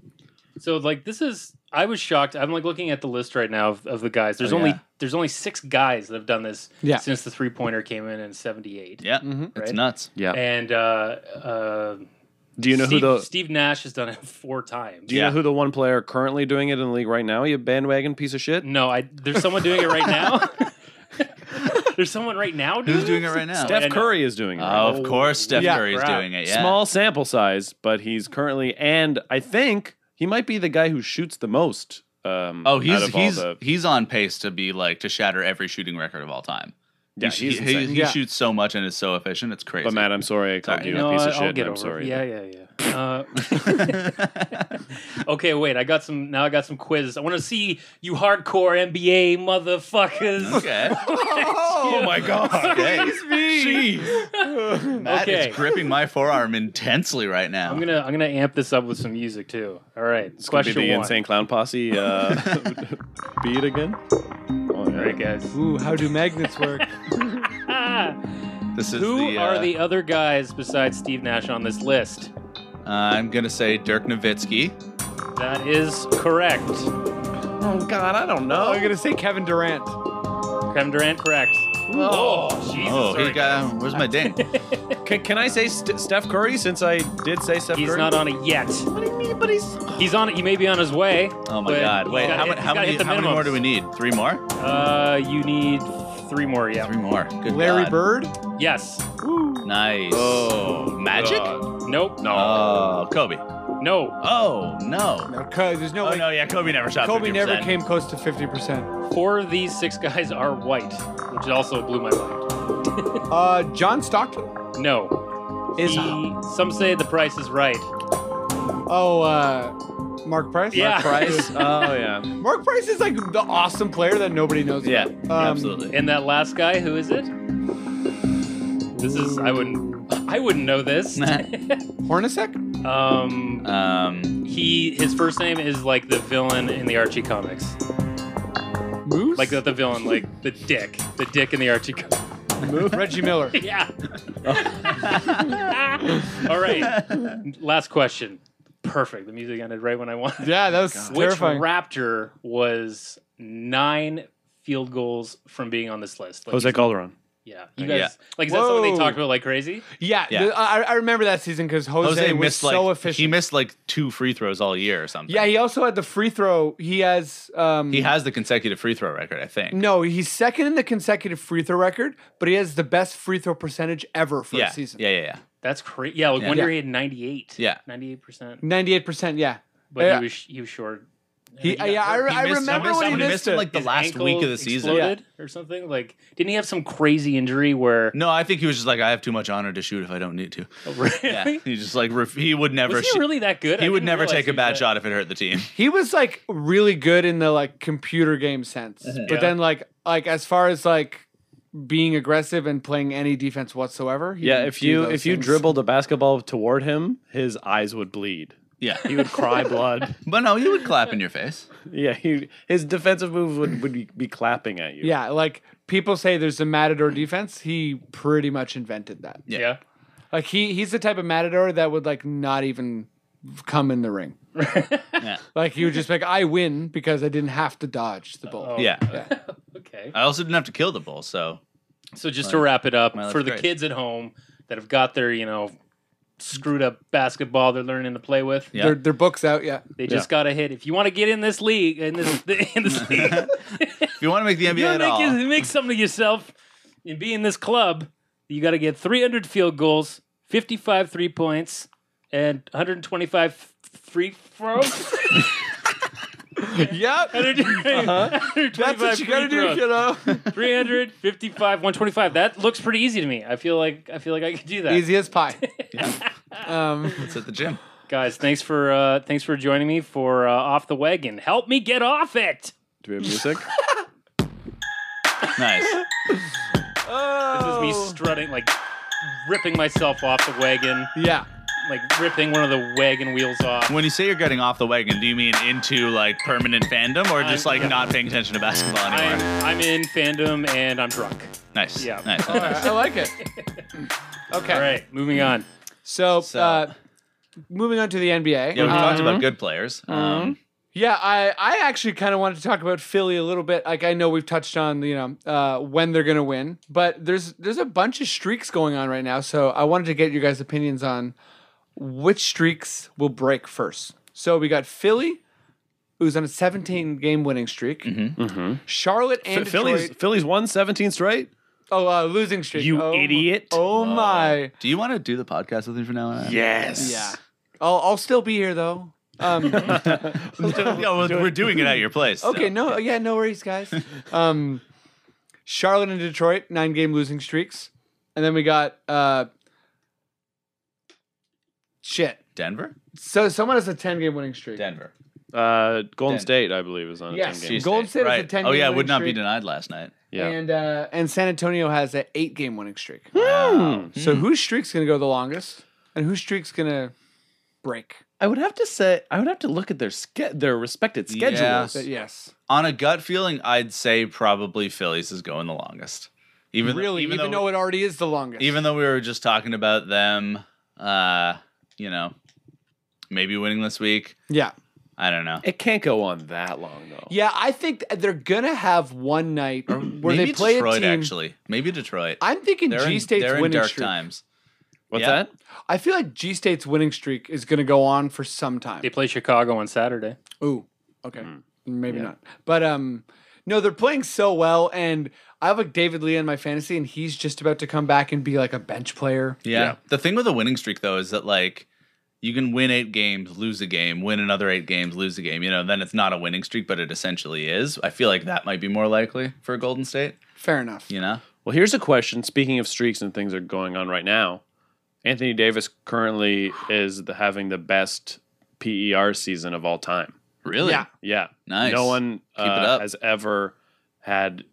So like this is I was shocked. I'm like looking at the list right now of, of the guys. There's Oh, only yeah. there's only six guys that have done this Yeah. since the three pointer came in in '78. yeah, it's Mm-hmm. Right? nuts. Yeah. And uh, uh, do you know Steve, who the Steve Nash has done it four times. Do you Yeah. know who the one player currently doing it in the league right now? You bandwagon piece of shit. No, I there's someone doing it right now. there's someone right now doing Who's doing it right now? Steph- Steph Curry is doing it. right Oh, of course, Steph Yeah, Curry's crap. doing it. now. Yeah, Small sample size, but he's currently, and I think he might be the guy who shoots the most. Um, Oh, out he's of all he's the- he's on pace to be like to shatter every shooting record of all time. yeah, he, he's he, he, insane. Yeah. shoots so much and is so efficient. It's crazy. But Matt, I'm sorry I called Sorry. you No, a piece I- of shit. I'll get I'm over sorry. It. Yeah, yeah, yeah. Uh, okay, wait. I got some. Now I got some quizzes. I want to see you hardcore NBA motherfuckers. okay, Oh my god. okay. Matt Okay. is gripping my forearm intensely right now. I'm gonna I'm gonna amp this up with some music too. All right, It's gonna be question the one. insane clown posse uh, beat again. Oh, All right, guys. Ooh, how do magnets work? Ah. This is Who the, are uh, the other guys besides Steve Nash on this list? Uh, I'm gonna say Dirk Nowitzki. That is correct. Oh God, I don't know. I'm gonna say Kevin Durant. Kevin Durant, correct. Oh, Jesus. Oh, he sorry. got. Where's my ding? Can, can I say St- Steph Curry since I did say Steph He's Curry? not on it yet. What do you mean? But he's. He's on it. He may be on his way. Oh my but God! he's Wait, gotta how, hit- many, he's how, gotta many, hit the how many more minimums. do we need? Three more? Uh, you need three more. Yeah. Three more. Good Larry God. Bird. Yes. Nice. Oh, Magic? God. Nope. No. Oh, Kobe. No. Oh no. No, Co- there's no Oh way. no, yeah, Kobe never shot. Kobe never 50%. came close to 50%. Four of these six guys are white, which also blew my mind. Uh, John Stockton. No. Is- He- some say the price is right. Oh, uh, Mark Price? Yeah. Price. oh yeah. Mark Price is like the awesome player that nobody knows Yeah, about. Um, absolutely. And that last guy, who is it? This is I wouldn't I wouldn't know this. Hornacek? um um, he his first name is like the villain in the Archie comics. Moose? Like the, the villain, like the dick. The dick in the Archie comics. Moose? Reggie Miller. Yeah. All right. Last question. Perfect. The music ended right when I wanted. Yeah, that was Which terrifying. Raptor was nine field goals from being on this list? Like, Jose Calderon. yeah, you guys, Yeah. like, is that something Whoa. they talked about like crazy? yeah, Yeah. the- I, I remember that season because Jose, Jose was missed like so efficient. he missed like two free throws all year or something. yeah, he also had the free throw. He has. Um, He has the consecutive free throw record, I think. No, he's second in the consecutive free throw record, but he has the best free throw percentage ever for yeah. a season. yeah, yeah, yeah, That's crazy. Yeah, like Yeah. one year he had ninety eight. Yeah. ninety eight percent. 98%, yeah. But Yeah. he was he was short. He, got yeah, I, hurt. re- I He missed- remember somebody- when he somebody missed, missed it. him like the His last ankle week of the season. exploded or something. Like, didn't he have some crazy injury where? No, I think he was just like, I have too much honor to shoot if I don't need to. Yeah, really? he just like ref- he would never. Was shoot- he really that good? he I would didn't never realize take he a was bad that- shot if it hurt the team. he was like really good in the like computer game sense but Yeah. then like like as far as like being aggressive and playing any defense whatsoever he Yeah, didn't if do you those if you things. dribbled a basketball toward him, his eyes would bleed. Yeah, He would cry blood. but no, you would clap in your face. Yeah, he, his defensive moves would, would be clapping at you. yeah like people say there's a matador defense he pretty much invented that Yeah. Yeah. like he he's the type of matador that would like not even come in the ring Yeah. like he would just be like i win because i didn't have to dodge the ball Oh. Yeah, Uh, Okay. I also didn't have to kill the bull, so So just to wrap it up Well, that's for the great. kids at home that have got their you know screwed up basketball they're learning to play with, yeah. Their, their books out yeah they just got to hit. If you want to get in this league in this in this league, if you want to make the you NBA want to at all, make, it- make something of yourself and be in this club. You got to get 300 field goals, 55 three points, and 125 f- free throws. yep Uh-huh. that's what you gotta do kiddo 355, 125. That looks pretty easy to me. I feel like I feel like I could do that. easy as pie um it's at the gym. Guys, thanks for uh, thanks for joining me for uh, off the wagon. Help me get off it. Do we have music? Nice. This is me Oh. strutting like ripping myself off the wagon, yeah like ripping one of the wagon wheels off. When you say you're getting off the wagon, do you mean into like permanent fandom or Uh, just like not paying attention to basketball I'm, anymore? I'm in fandom and I'm drunk. nice. yeah. Nice. All right, I like it. Okay. All right, moving on. So, So- Uh, moving on to the NBA. Yeah, we've Uh, talked about good players. Uh-huh. Um, yeah, I, I actually kind of wanted to talk about Philly a little bit. Like I know we've touched on you know uh, when they're gonna win, but there's there's a bunch of streaks going on right now. So I wanted to get your guys' opinions on which streaks will break first. So we got Philly, who's on a 17 game winning streak. Mm-hmm. Mm-hmm. Charlotte and F- Philly's Detroit. Philly's won 17 straight. Oh, uh, losing streak. You Oh, idiot. Oh my. do you want to do the podcast with me from now on? Yes. Yeah. I'll, I'll still be here though. Um, Yeah, well, we're doing it at your place. so. okay, no, yeah, no worries, guys. Um, Charlotte and Detroit, nine game losing streaks. And then we got uh, shit. Denver? So someone has a 10 game winning streak. Denver. Uh, Golden Denver. State, I believe, is on a Yes. 10 game. Jeez. Golden State is a 10 Oh, game yeah, it would winning not be streak. denied last night. Yeah. And uh, and San Antonio has an eight game winning streak. Hmm. Wow. So whose streak's gonna go the longest, and whose streak's gonna break? I would have to say I would have to look at their ske- their respected Yeah. schedules. But yes, On a gut feeling, I'd say probably Phillies is going the longest. Even th- really, even, even though, it already is the longest. even though we were just talking about them, uh, you know, maybe winning this week. yeah, I don't know. It can't go on that long though. yeah, I think th- they're gonna have one night where maybe they play Detroit a team. actually. Maybe Detroit. I'm thinking they're G in, State's they're in winning dark streak. times. What's Yeah. that? I feel like G State's winning streak is gonna go on for some time. They play Chicago on Saturday. Ooh, okay, Hmm. maybe not. But um, no, they're playing so well, and I have like David Lee in my fantasy, and he's just about to come back and be like a bench player. Yeah. The thing with a winning streak though is that like you can win eight games, lose a game, win another eight games, lose a game. You know, then it's not a winning streak, but it essentially is. I feel like that might be more likely for Golden State. Fair enough. You know, Well, here's a question. Speaking of streaks and things that are going on right now, Anthony Davis currently is the, having the best PER season of all time. really? Yeah. Yeah. Nice. No one Keep uh, it up. has ever had.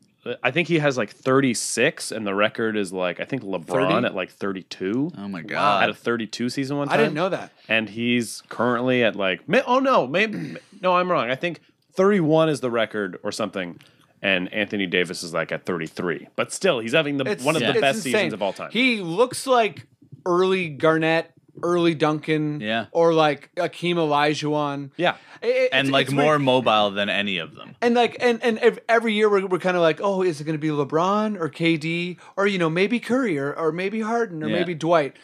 I think he has like 36, and the record is like I think LeBron 30? at like 32. Oh my Had a god. 32 season one time. I didn't know that. And he's currently at like. ma- Oh no, maybe no, I'm wrong. I think 31 is the record or something. And Anthony Davis is like at 33, but still, he's having the one of it's the best insane. seasons of all time. He looks like early Garnett, early Duncan, Yeah. or like Akeem Olajuwon. yeah, It- it- And it's- like it's more weird. mobile than any of them. And like and and ev- every year we're, we're kind of like, oh, is it going to be LeBron or KD or you know maybe Curry or, or maybe Harden or Yeah. maybe Dwight?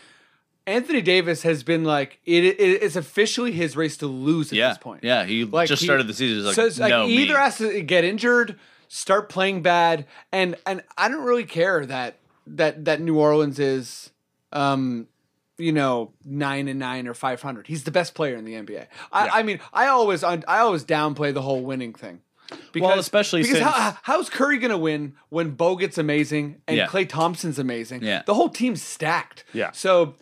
Anthony Davis has been like it, it. It's officially his race to lose at yeah. this point. Yeah. He Like, just he- started the season. He's like, so it's like no, he either me. has to get injured, start playing bad, and and I don't really care that that that New Orleans is, um, you know, nine and nine or five hundred. He's the best player in the NBA. I, I mean, I always I always downplay the whole winning thing. Because, especially because since- how, how's Curry gonna win when Bo gets amazing and Yeah. Clay Thompson's amazing? Yeah. The whole team's stacked. Yeah. So,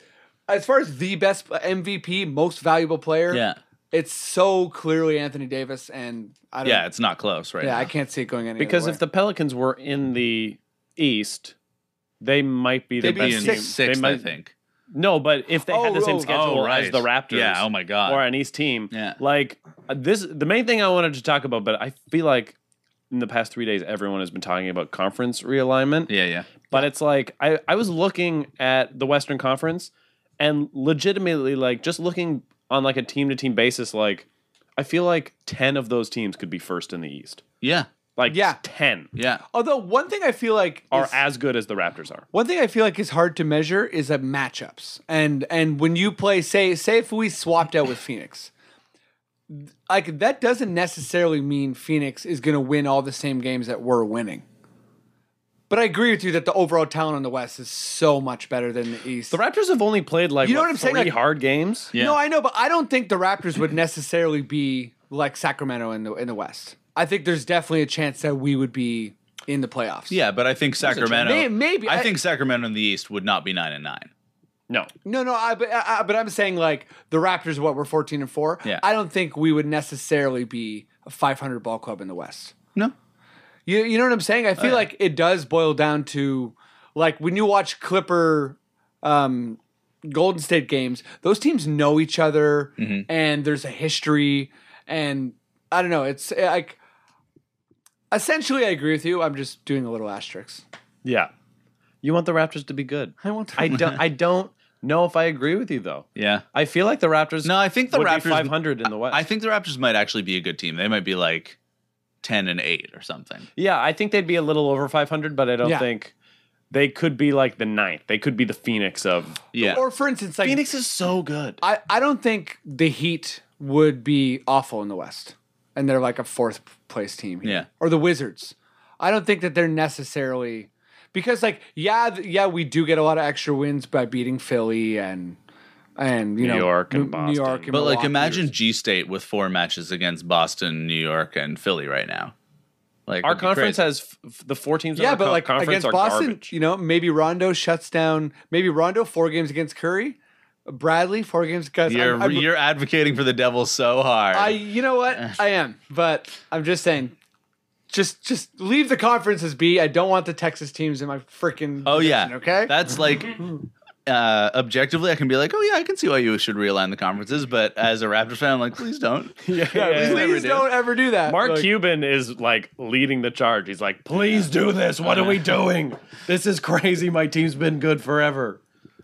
as far as the best MVP, most valuable player, Yeah. it's so clearly Anthony Davis, and I don't. Yeah. It's not close right yeah, now. I can't see it going any. because other if the Pelicans were in the East, they might be the They'd be best Being in team. sixth, sixth, they I might, think. No, but if they had the Oh, same oh, schedule oh, right. as the Raptors, Yeah, oh my God. or an East team, Yeah. like uh, this. The main thing I wanted to talk about, but I feel like in the past three days, everyone has been talking about conference realignment. Yeah. Yeah. But it's like I, I was looking at the Western Conference and legitimately like just looking on like a team to team basis, like I feel like ten of those teams could be first in the East. Yeah. Like Yeah. ten Yeah. way. although one thing I feel like are is- as good as the Raptors are. one thing I feel like is hard to measure is uh, matchups, and and when you play, say say if we swapped out with Phoenix, like that doesn't necessarily mean Phoenix is going to win all the same games that we're winning. But I agree with you that the overall talent on the West is so much better than the East. The Raptors have only played like You know what, what I'm three saying? Like- hard games. Yeah. No, I know, but I don't think the Raptors would necessarily be like Sacramento in the in the West. I think there's definitely a chance that we would be in the playoffs. Yeah, but I think Sacramento. May- maybe, I, I- think Sacramento in the East would not be nine and nine. No, No, no, I, but I, I- but I'm saying like the Raptors, what we're 14 and four. Yeah. I don't think we would necessarily be a 500 ball club in the West. No. You you know what I'm saying? I feel like it does boil down to like when you watch Clipper um Golden State games, those teams know each other and there's a history and I don't know, it's uh, like essentially I agree with you. I'm just doing a little asterisk. yeah. You want the Raptors to be good. I want to I don't. I don't know if I agree with you though. Yeah. I feel like the Raptors. No, I think the would be Raptors- 500 in the West. I think the Raptors might actually be a good team. They might be like ten and eight or something. Yeah, I think they'd be a little over 500, but I don't Yeah. think they could be like the ninth. They could be the Phoenix of. Yeah. Or for instance, like is so good. I, I don't think the Heat would be awful in the West, and they're like a fourth place team. Here. Yeah. Or the Wizards. I don't think that they're necessarily because like yeah th- yeah we do get a lot of extra wins by beating Philly and and you New know York and New- New York Boston. and but like Milwaukee. imagine G State with four matches against Boston, New York, and Philly right now. Like Our it'd be conference crazy. has f- the four teams. in yeah our but co- like conference against are Boston garbage. you know maybe Rondo shuts down maybe Rondo four games against Curry Bradley four games guys I'm- you're I'm- you're advocating for the Devils so hard. I you know what? I am, but I'm just saying just just leave the conferences be. I don't want the Texas teams in my freaking oh yeah. division, Okay? That's like uh, objectively, I can be like, oh yeah, I can see why you should realign the conferences. But as a Raptors fan, I'm like, please don't. yeah. Please don't ever do that. Mark Like, Cuban is like leading the charge. He's like, please do this. What are we doing? This is crazy. My team's been good forever.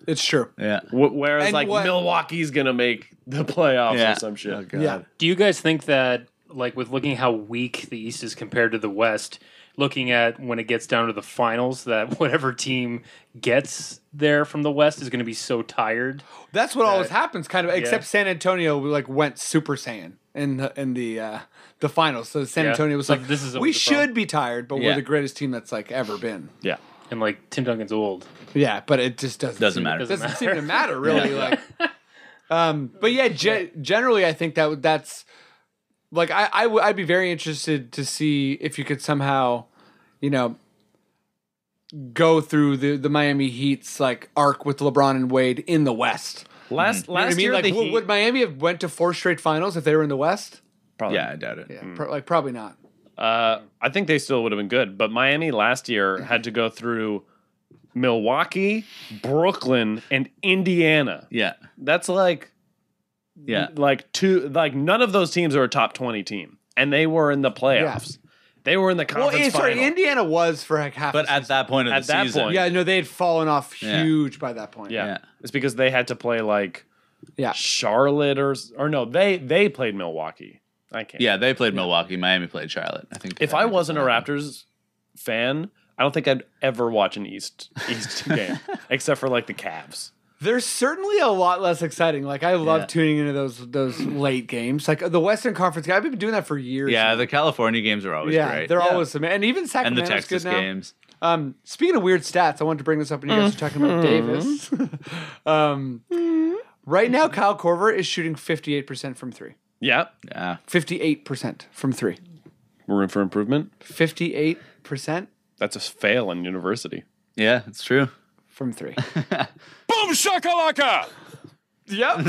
It's true. yeah. Wh- Whereas, And like, what- Oh, Milwaukee's going to make the playoffs Yeah. or some shit. Yeah. Do you guys think that, like, with looking how weak the East is compared to the West, looking at when it gets down to the finals, that whatever team gets there from the West is going to be so tired? That's what always happens, kind of. Except San Antonio like went Super Saiyan in the in the uh, the finals. So San Yeah. Antonio was So like, this is we always the problem." should be tired, but Yeah. we're the greatest team that's like ever been. Yeah. And, like, Tim Duncan's old. Yeah, but it just doesn't Doesn't seem- matter. Doesn't, Doesn't seem to matter really. Like, um, but yeah, ge- generally, I think that would- that's like I I w- I'd be very interested to see if you could somehow, you know, go through the the Miami Heat's like arc with LeBron and Wade in the West. Last You know what last I mean, year, like, the w- Heat- would Miami have went to four straight finals if they were in the West? Probably. Yeah, I doubt it. Yeah, pro- like probably not. Uh, Mm. I think they still would have been good, but Miami last year had to go through Milwaukee, Brooklyn, and Indiana. Yeah. That's like Yeah. like two like none of those teams are a top 20 team and they were in the playoffs. They were in the Well, conference eh, sorry, final. Indiana was for like half. But the at season. that point of At the that season, point. yeah, no, they had fallen off Yeah. huge by that point. yeah. Yeah. It's because they had to play like Yeah. Charlotte or or no, they they played Milwaukee. I can't. yeah, they played Milwaukee. Miami played Charlotte. I think. If I wasn't a Raptors fan, I don't think I'd ever watch an East East game except for like the Cavs. They're certainly a lot less exciting. Like I love Yeah. tuning into those those late games. Like the Western Conference, I've been doing that for years. Yeah, now. the California games are always yeah, great. they're always amazing. And even and Sacramento's the Texas good now. games. Um, speaking of weird stats, I wanted to bring this up when you guys were talking about Davis. um, right now, Kyle Corver is shooting fifty eight percent from three. Yeah. Yeah. Fifty eight percent from three. Room for improvement. Fifty eight percent That's a fail in university. Yeah, it's true. from three. Boom shakalaka! yep.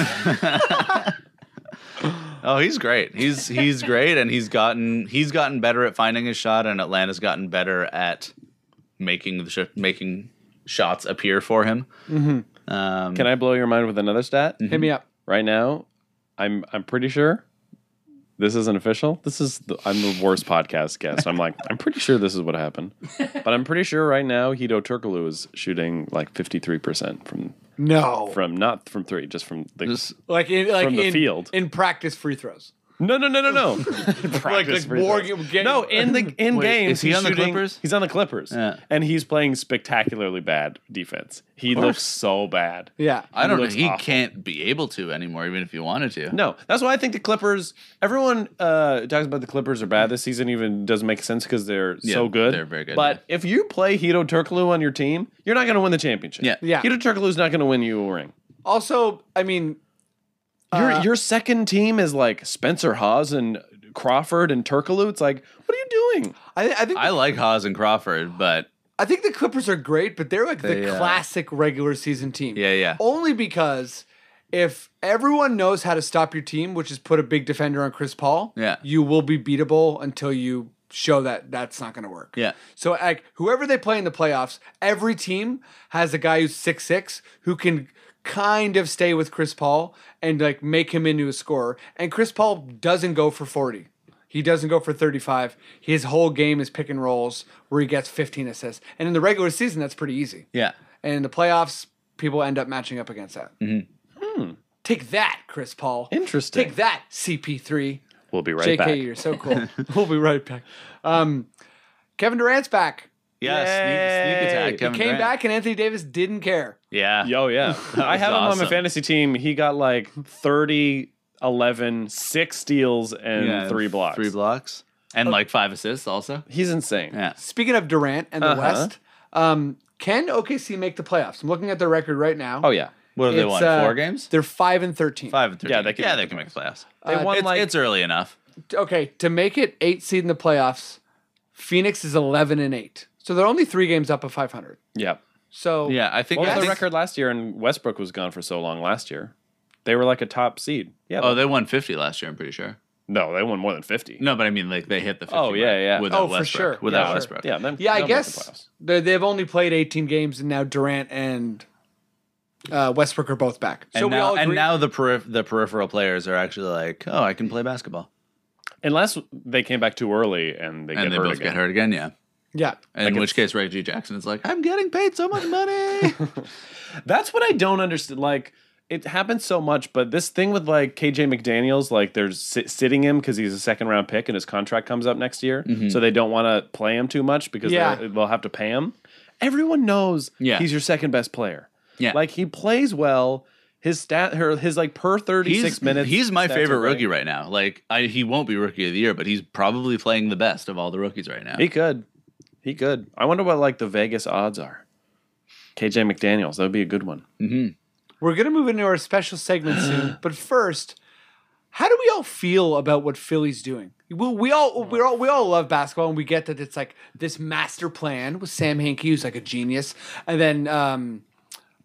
Oh, he's great. He's he's great, and he's gotten he's gotten better at finding his shot, and Atlanta's gotten better at making the sh- making shots appear for him. Um, Can I blow your mind with another stat? Mm. Hit me up. Right now, I'm I'm pretty sure this isn't official. This is the, I'm the worst podcast guest. I'm like I'm pretty sure this is what happened, but I'm pretty sure right now Hito Turkoglu is shooting like 53 percent from No. from not from three, just from the Just- like in like From the in, field. in practice free throws. no no no no no Practice free war throws. ga- game. No, in the in Wait, games is he he's on the shooting- Clippers? He's on the Clippers, Yeah. and he's playing spectacularly bad defense. He looks so bad. Yeah. I don't know. looks He awful. can't be able to anymore, even if he wanted to. No, that's why I think the Clippers. Everyone uh, talks about the Clippers are bad this season. Even doesn't make sense because they're Yeah, so good. they're very good, But if you play Hito Turkoglu on your team, you're not going to win the championship. Yeah. Yeah. Hito Turkoglu's not going to win you a ring. Also, I mean, your your second team is like Spencer Hawes and Crawford and Turkoglu. It's like, what are you doing? I, I think I like Hawes and Crawford, but I think the Clippers are great, but they're like They, the uh, classic regular season team. yeah, yeah, Only because if everyone knows how to stop your team, which is put a big defender on Chris Paul, Yeah. you will be beatable until you show that that's not going to work. yeah. So like whoever they play in the playoffs, every team has a guy who's six six who can kind of stay with Chris Paul and like make him into a scorer. And Chris Paul doesn't go for forty. He doesn't go for 35. His whole game is pick and rolls where he gets 15 assists. And in the regular season, that's pretty easy. Yeah. And in the playoffs, people end up matching up against that. Take that, Chris Paul. Mm-hmm. Interesting. Take that, CP3. We'll be right JK, back. you're so cool. we'll be right back. Um, Kevin Durant's back. Yeah, sneak, sneak Yay. attack. Kevin he came Durant. back and Anthony Davis didn't care. Yeah. Yo, Oh, yeah. I was have him on my awesome. fantasy team. He got like 30, 11, six steals, and Yeah, three blocks. Three blocks. And like five assists also. He's insane. Yeah. Speaking of Durant and the Uh-huh. West, um, can OKC make the playoffs? I'm looking at their record right now. Oh, yeah. What do they It's, want? uh, Four games? They're five and thirteen. Five and three. Yeah, they can yeah, make they the can make the playoffs. They won Uh, it's, like it's early enough. Okay, to make it eight seed in the playoffs, Phoenix is eleven and eight. So they're only three games up of five hundred. yeah. So Yeah, I think. What I was the think- record last year? And Westbrook was gone for so long last year. They were like a top seed. Yeah. Oh, they won 50 last year. I'm pretty sure. no, they won more than fifty. No, but I mean, like they hit the 50 Oh, yeah, mark yeah. Without Oh, for Westbrook, sure. Without Yeah, sure. Westbrook. Yeah. Them, yeah, I they'll make the guess playoffs. they they've only played eighteen games, and now Durant and uh, Westbrook are both back. And So we now, all and agree- now the periph- the peripheral players are actually like, oh, I can play basketball, Unless they came back too early and they and get they hurt both again. get hurt again. Yeah. Yeah. In which case, Reggie Jackson is like, I'm getting paid so much money. That's what I don't understand. Like, it happens so much, but this thing with like KJ McDaniels, like they're sit- sitting him because he's a second round pick and his contract comes up next year, Mm-hmm. so they don't want to play him too much because Yeah. they're- they'll have to pay him. Everyone knows Yeah. he's your second best player. Yeah. like he plays well. His stat, her, his like per thirty he's, six minutes. he's my stats favorite are great. rookie right now. Like, I, he won't be rookie of the year, but he's probably playing the best of all the rookies right now. He could, he could. I wonder what like the Vegas odds are. KJ McDaniels, that would be a good one. We're going to move into our special segment soon, but first, how do we all feel about what Philly's doing? We, we all we all we all love basketball, and we get that it's like this master plan with Sam Hinkie, who's like a genius, and then um,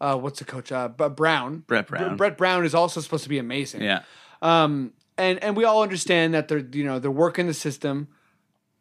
uh, what's the coach? Uh, B- Brown. Brett Brown. Brett Brown is also supposed to be amazing. yeah. Um, and and we all understand that they're you know they're working the system,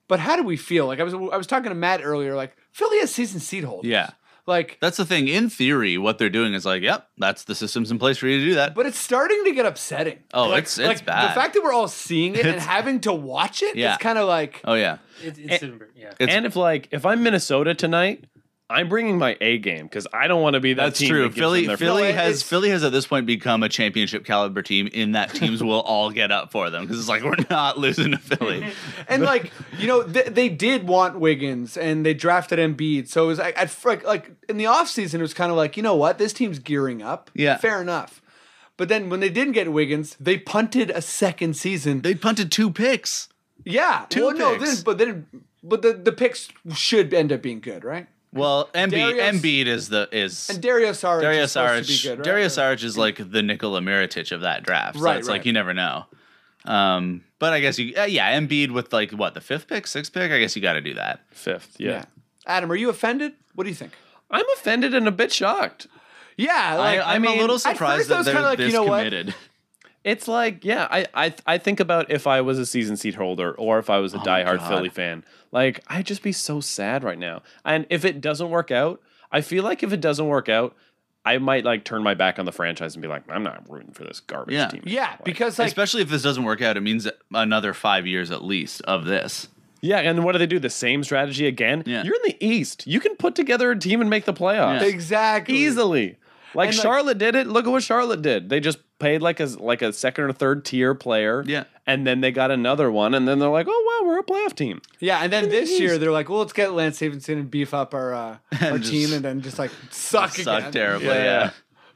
but how do we feel? Like I was I was talking to Matt earlier. Like Philly has season seed holders. Yeah. Like, That's the thing. In theory, what they're doing is like, yep, that's the system's in place for you to do that. but it's starting to get upsetting. Oh, like, it's- it's like, bad. The fact that we're all seeing it and having to watch it, Yeah. it's kind of like oh, yeah. It's, it's yeah. It's- and if like if I'm Minnesota tonight, I'm bringing my A game because I don't want to be that That's team true. that gives Philly them their- Philly No, it- has it's- Philly has at this point become a championship caliber team in that teams will all get up for them because it's like we're not losing to Philly. and like you know th- they did want Wiggins and they drafted Embiid, so it was like, at, fr- like like in the offseason, it was kind of like you know what this team's gearing up. Yeah. fair enough. But then when they didn't get Wiggins, they punted a second season. they punted two picks. yeah, two well, no, picks. then, but then but the the picks should end up being good, right? Well, Embiid Darius- Embiid is the is And Dario Saric Darius is supposed Saric. to be good, right? Darius Saric is like the Nikola Mirotic of that draft. So Right, it's like right. you never know. Um, but I guess you uh, yeah Embiid with like what the fifth pick, sixth pick. I guess you got to do that. fifth. Yeah. Yeah. Adam, are you offended? What do you think? I'm offended and a bit shocked. Yeah, like, I, I'm mean, a little at surprised first I that was they're kinda like, this you know what? committed. It's like, yeah, I, I I think about if I was a season seat holder or if I was a Oh my diehard God. Philly fan. Like, I'd just be so sad right now. And if it doesn't work out, I feel like if it doesn't work out, I might like turn my back on the franchise and be like, I'm not rooting for this garbage Yeah. team. Yeah, because like Especially if this doesn't work out, it means another five years at least of this. Yeah, and what do they do? The same strategy again? Yeah. You're in the East. You can put together a team and make the playoffs. Yeah. exactly easily. Like And, like- Charlotte did it. Look at what Charlotte did. They just paid like a like a second or third tier player. Yeah. And then they got another one, and then they're like, "Oh wow, we're a playoff team." Yeah, and then this year they're like, well, let's get Lance Stevenson and beef up our uh, our just- team, and then just like suck Suck again. terribly. Yeah. Yeah.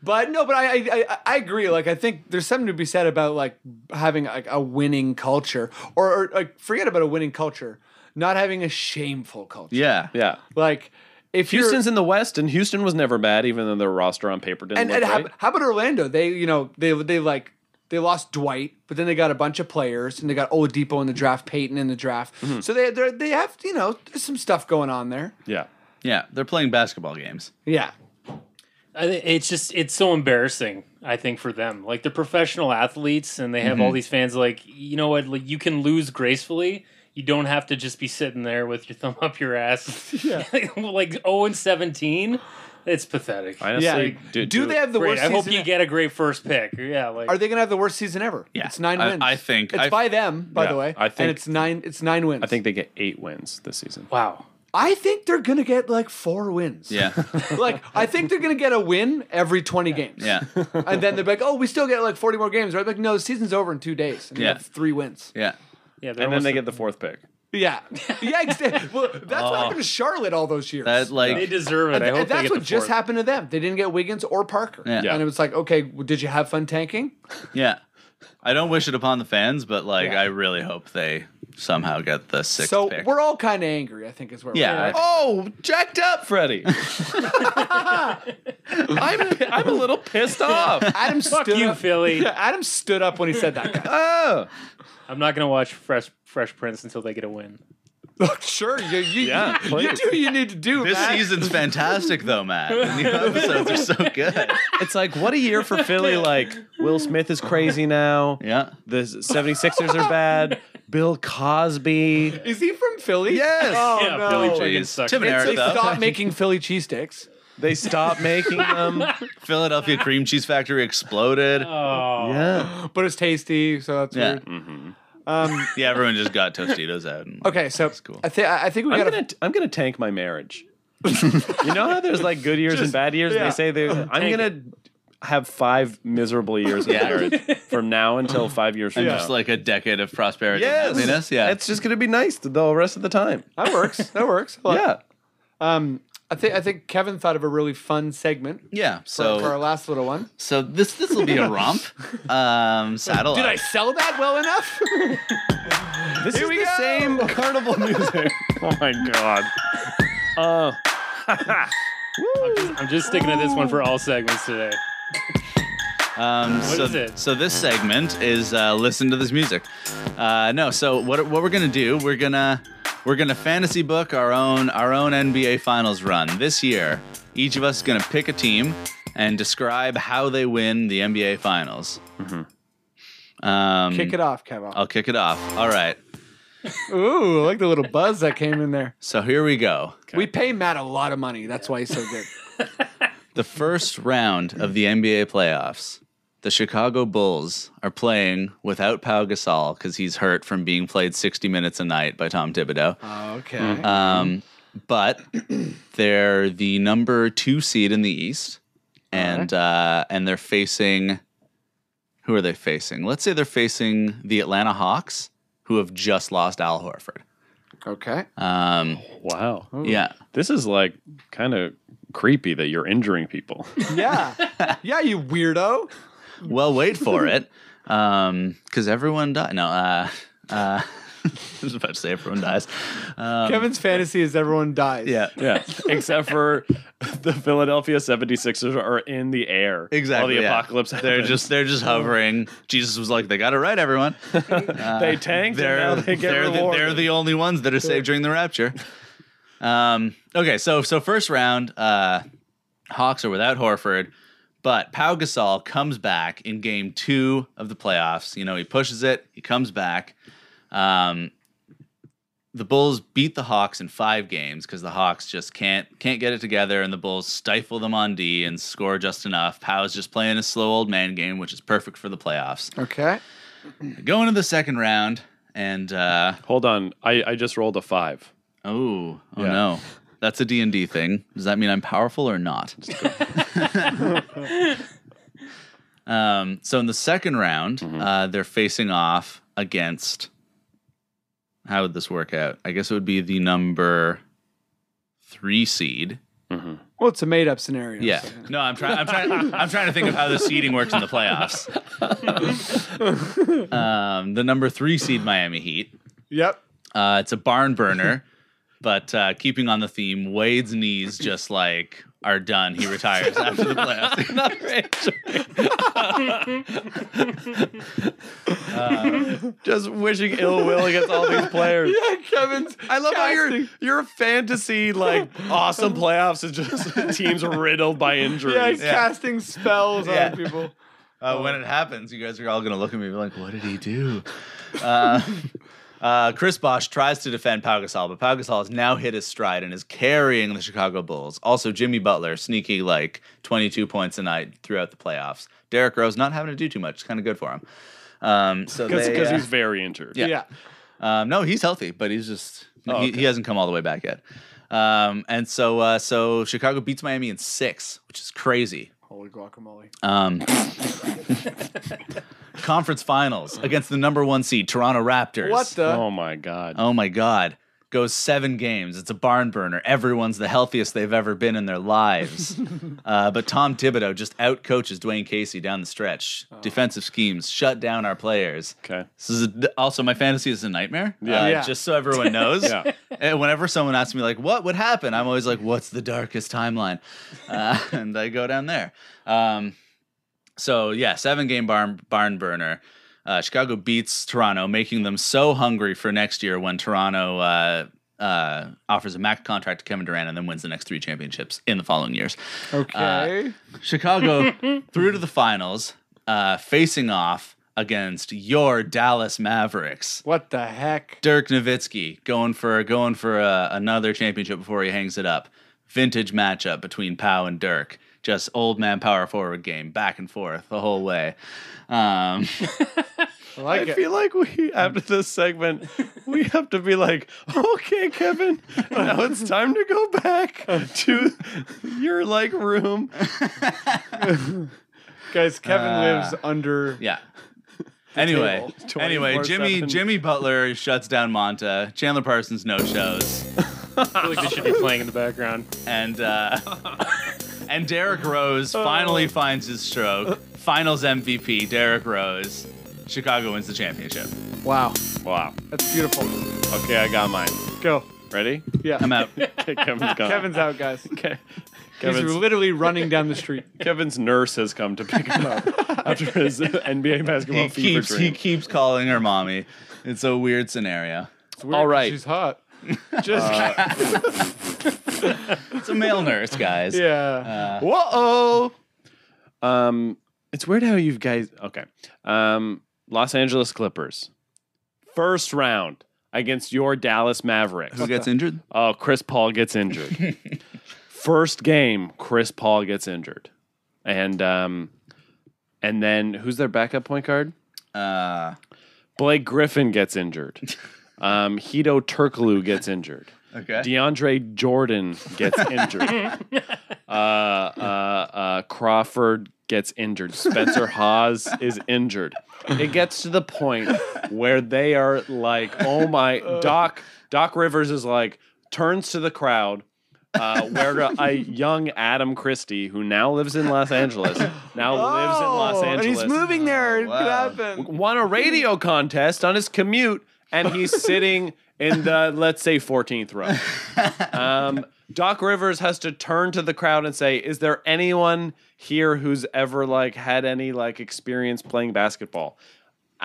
But no, but I, I I I agree. Like I think there's something to be said about like having like a winning culture, or, or like forget about a winning culture, not having a shameful culture. Yeah. Yeah. Like if Houston's you're, in the West, and Houston was never bad, even though their roster on paper didn't and, look and how, great. how about Orlando? They you know they they like. They lost Dwight, but then they got a bunch of players, and they got Oladipo in the draft, Peyton in the draft. So they they're- they have you know there's some stuff going on there. yeah. Yeah. They're playing basketball games. Yeah, I thi- it's just it's so embarrassing i think for them like they're professional athletes and they have Mm-hmm. all these fans like you know what like you can lose gracefully you don't have to just be sitting there with your thumb up your ass yeah like 0 and 17 it's pathetic Honestly, Yeah. Do, do, do- they have the Great. worst i hope season? e- you get a great first pick yeah like Are they going to have the worst season ever? Yeah. It's nine I- wins. I think- it's I- by them, by Yeah, the way. I think- and it's nine. It's nine wins. I think they get eight wins this season. wow I think they're going to get like four wins. Yeah. like I think they're going to get a win every twenty games. Yeah. And then they're like, oh, we still get like forty more games, right? Like, no, the season's over in two days. And they Yeah. have three wins. Yeah. yeah they're And then almost- they get the fourth pick. Yeah. Yeah. ex- well, that's what happened to Charlotte all those years. Oh. That like they deserve it i And hope they that's get what the just fourth. happened to them. They didn't get Wiggins or Parker. Yeah. Yeah. And it was like, okay, well, did you have fun tanking? yeah. I don't wish it upon the fans, but like I really hope they somehow get the sixth so pick. we're all kind of angry, I think, is where yeah. we're at. Oh, jacked up, Freddie. I'm I'm a little pissed off. Adam fuck stood you up- philly Yeah, Adam stood up when he said that. guy. Oh. i'm not gonna watch fresh fresh prince until they get a win sure, you you, Yeah, you, please. do what you need to do. This Matt. season's fantastic though, Matt. The new episodes are so good. It's like, what a year for Philly. Like, Will Smith is crazy now. Yeah. The 76ers are bad. Bill Cosby. is he from Philly? Yes. Oh yeah no. philly Jeez. chicken sucks Tim and It's- Eric, they though. stopped making Philly cheesesteaks. They stopped making them. Philadelphia Cream Cheese Factory exploded. Oh, yeah. but it's tasty, so that's Yeah. weird. Um, Yeah, everyone just got Tostitos out. and- okay, so That's cool. I think I think we I'm got gonna I'm gonna tank my marriage. you know how there's like good years and bad years. yeah. They say they I'm gonna have five miserable years of Yeah. marriage from now until five years from And now. just like a decade of prosperity yes, and happiness. Yeah. It's just gonna be nice the rest of the time. that works. That works. Well, yeah. Um, I think I think Kevin thought of a really fun segment for, yeah. So for our last little one. so this this will be a romp. Um satellite. Did I sell that well enough? This is we the go. same carnival music. oh my god. Uh, I'm just sticking to this one for all segments today. Um, so, is it? so this segment is uh, listen to this music. Uh, no, so what, what we're gonna do? We're gonna we're gonna fantasy book our own our own NBA Finals run this year. Each of us is gonna pick a team and describe how they win the NBA Finals. Um, Mm-hmm. Kick it off, Kevin. I'll kick it off. All right. Ooh, I like the little buzz that came in there. So here we go. We pay Matt a lot of money. That's why he's so good. The first round of the NBA playoffs. The Chicago Bulls are playing without Pau Gasol because he's hurt from being played 60 minutes a night by Tom Thibodeau. okay. Um, but they're the number two seed in the East, and uh, and they're facing who are they facing? Let's say they're facing the Atlanta Hawks, who have just lost Al Horford. Okay. Um, wow. yeah, This is like kind of creepy that you're injuring people. Yeah. Yeah, you weirdo. well, wait for it, because everyone died. No, uh, uh, I was about to say everyone dies. Um, Kevin's fantasy is everyone dies. yeah. Yeah. Except for the Philadelphia 76ers are in the air. Exactly. While the yeah. apocalypse They're happens. just they're just hovering. Jesus was like, they got it right, everyone. they tanked Uh, they're, and now they get they're, the, rewarded. they're the only ones that are saved during the rapture. Um, okay, so so first round, uh, Hawks are without Horford, but Pau Gasol comes back in game two of the playoffs. You know, he pushes it, he comes back. Um, the Bulls beat the Hawks in five games because the Hawks just can't can't get it together, and the Bulls stifle them on D and score just enough. Pau's just playing a slow old man game, which is perfect for the playoffs. Okay. Go into the second round, and uh, Hold on. I, I just rolled a five. Oh, oh Yeah. no. That's a D&D thing. Does that mean I'm powerful or not? um, so in the second round, uh, they're facing off against how would this work out? I guess it would be the number 3 seed. Well, it's a made up scenario. Yeah. No, I'm trying I'm trying I'm trying to think of how the seeding works in the playoffs. um, the number 3 seed Miami Heat. Yep. Uh, it's a barn burner, but uh, keeping on the theme, Wade's knees just like are done. He retires after the playoffs. Uh, Just wishing ill will against all these players. Yeah, Kevin's. I love how your your fantasy like awesome playoffs is just teams riddled by Yeah, injuries. he's casting spells Yeah. on people. Uh, when it happens, you guys are all gonna look at me and be like, "What did he do?" Uh, uh, Chris Bosch tries to defend Pau Gasol, but Pau Gasol has now hit his stride and is carrying the Chicago Bulls. Also, Jimmy Butler sneaky like 22 points a night throughout the playoffs. Derrick Rose not having to do too much; it's kind of good for him. Um, so Because they, uh, he's very injured. Yeah. Um, no, he's healthy, but he's just he, he hasn't come all the way back yet. Um, and so uh, so Chicago beats Miami in six, which is crazy. Holy guacamole. Um, conference finals against the number one seed Toronto Raptors. What the? Oh my god. Oh my god. Goes seven games. It's a barn burner. Everyone's the healthiest they've ever been in their lives. uh, but Tom Thibodeau just out coaches Dwayne Casey down the stretch. Oh. Defensive schemes shut down our players. Okay. This is a, also my fantasy is a nightmare. Yeah. Yeah. Just so everyone knows. Yeah. And whenever someone asks me like, "What would happen?" I'm always like, "What's the darkest timeline?" Uh, and I go down there. Um, so yeah, seven game barn barn burner. Uh, Chicago beats Toronto, making them so hungry for next year when Toronto uh, uh, offers a max contract to Kevin Durant and then wins the next three championships in the following years. Okay. Chicago through to the finals, uh, facing off against your Dallas Mavericks. what the heck? Dirk Nowitzki going for going for uh, another championship before he hangs it up. vintage matchup between Pow and Dirk. Just old man power forward game, back and forth the whole way. Um, I like I it. feel like we after this segment, we have to be like, okay, Kevin, now it's time to go back to your like room. Guys, Kevin Uh, lives under. Yeah. Anyway, table, anyway, Jimmy 24/7. Jimmy Butler shuts down Monta. Chandler Parsons no shows, I feel like this should be playing in the background. and uh, and Derrick Rose finally finds his stroke. Finals MVP Derrick Rose. Chicago wins the championship. Wow, Wow. that's beautiful. Okay, I got mine. Go. Ready? Yeah. I'm out. Okay, Kevin's gone. Kevin's out, guys. Okay. He's Kevin's, literally running down the street. Kevin's nurse has come to pick him up after his NBA basketball he fever keeps he dream. keeps calling her mommy. It's a weird scenario. It's weird, All right. She's hot. Just It's a male nurse, guys. Uh, yeah. Whoa. Um, it's weird how you guys. Okay. Um, Los Angeles Clippers, first round against your Dallas Mavericks. Who gets injured? Oh, Chris Paul gets injured. First game, Chris Paul gets injured, and um, and then who's their backup point guard? Uh, Blake Griffin gets injured. Um, Hito Turkoglu gets injured. okay. DeAndre Jordan gets injured. uh, uh, uh, Crawford gets injured. Spencer Hawes is injured. It gets to the point where they are like, "Oh my!" Doc Doc Rivers is like turns to the crowd. Uh, where a young Adam Christie, who now lives in Los Angeles, now lives in Los Oh, Angeles, And he's moving there. It could Wow. happen. won a radio contest on his commute, and he's sitting in the let's say 14th row. Um, Doc Rivers has to turn to the crowd and say, "Is there anyone here who's ever like had any like experience playing basketball?"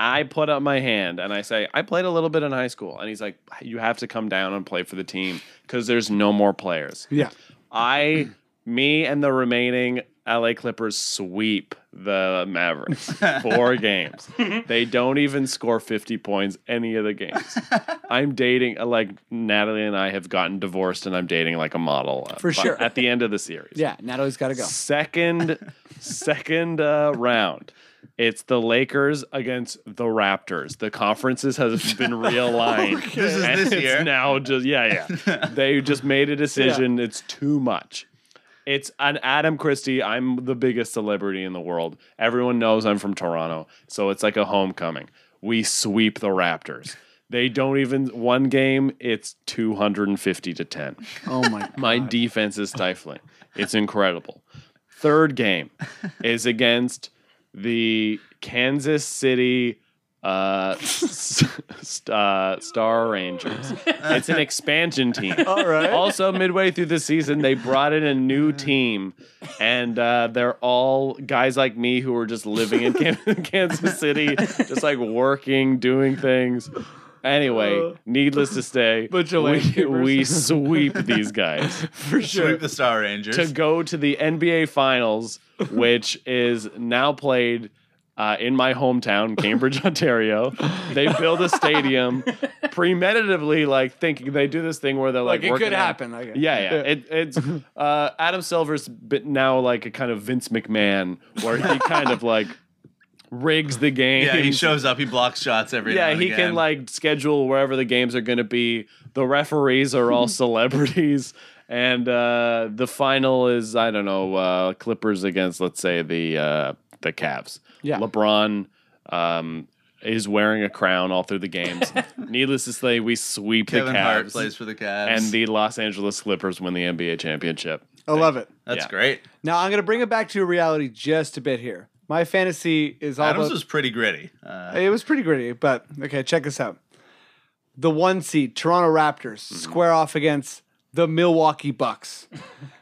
I put up my hand and I say, "I played a little bit in high school," and he's like, "You have to come down and play for the team because there's no more players." Yeah. I, me, and the remaining LA Clippers sweep the Mavericks four games. They don't even score 50 points any of the games. I'm dating, uh, like, Natalie and I have gotten divorced, and I'm dating like a model uh, For by- sure. at the end of the series. Yeah. Natalie's got to go. Second, second uh, round. It's the Lakers against the Raptors. The conferences has been realigned. This is And this it's year. now just yeah, yeah. they just made a decision. It's too much. It's an Adam Christie. I'm the biggest celebrity in the world. Everyone knows I'm from Toronto, so it's like a homecoming. We sweep the Raptors. They don't even one game. It's 250 to 10. Oh my. My defense is stifling. It's incredible. Third game is against the Kansas City uh, s- st- uh, Star Rangers. It's an expansion team. All right. Also, midway through the season, they brought in a new team, and uh, they're all guys like me who were just living in Kan- Kansas City, just like working, doing things. Anyway, needless to say, Uh. Bunch of we, landscapers. we sweep these guys For sure. Sweep the Star Rangers. to go to the NBA Finals, which is now played uh, in my hometown, Cambridge, Ontario. They build a stadium premeditatively, like thinking they do this thing where they're like, Like, it working could out- happen. Like, yeah, yeah. It, it's uh, Adam Silver's bit now like a kind of Vince McMahon, where he kind of like rigs the game. yeah, he shows up. He blocks shots every. now Yeah, and he again. can like schedule wherever the games are going to be. The referees are all celebrities, and uh, the final is I don't know uh, Clippers against let's say the uh, the Cavs. Yeah. LeBron um, is wearing a crown all through the games. Needless to say, we sweep Kevin the Cavs. Hart plays for the Cavs. and the Los Angeles Clippers win the NBA championship. I love it. That's yeah. great. Now I'm gonna bring it back to reality just a bit here. My fantasy is all Adams about- was pretty gritty. Uh, It was pretty gritty, but okay, check this out. The one seed, Toronto Raptors, square off against the Milwaukee Bucks.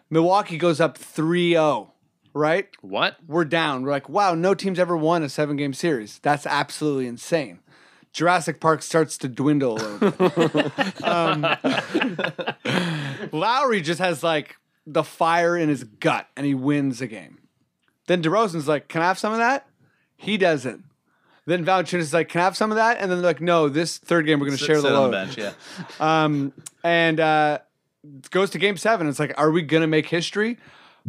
Milwaukee goes up 3 0, right? What? We're down. We're like, wow, no team's ever won a seven game series. That's absolutely insane. Jurassic Park starts to dwindle a little bit. um, Lowry just has like the fire in his gut and he wins a game. Then DeRozan's like, can I have some of that? He doesn't. Then Valanciunas is like, can I have some of Oh, that? And then they're like, no, this third game we're going to sit- share sit the on load. the bench. Yeah. Um, and uh, goes to game seven. It's like, are we going to make history?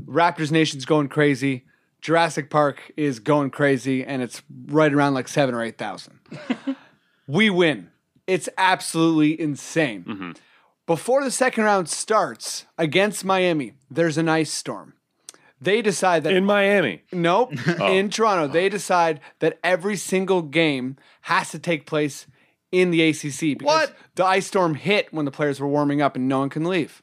Raptors Nation's going crazy. Jurassic Park is going crazy, and it's right around like seven or 8,000. we win. It's absolutely insane. Before the second round starts against Miami, there's an ice storm. They decide that in Miami. Nope. Oh. In Toronto, they decide that every single game has to take place in the ACC because What? the ice storm hit when the players were warming up and no one can leave.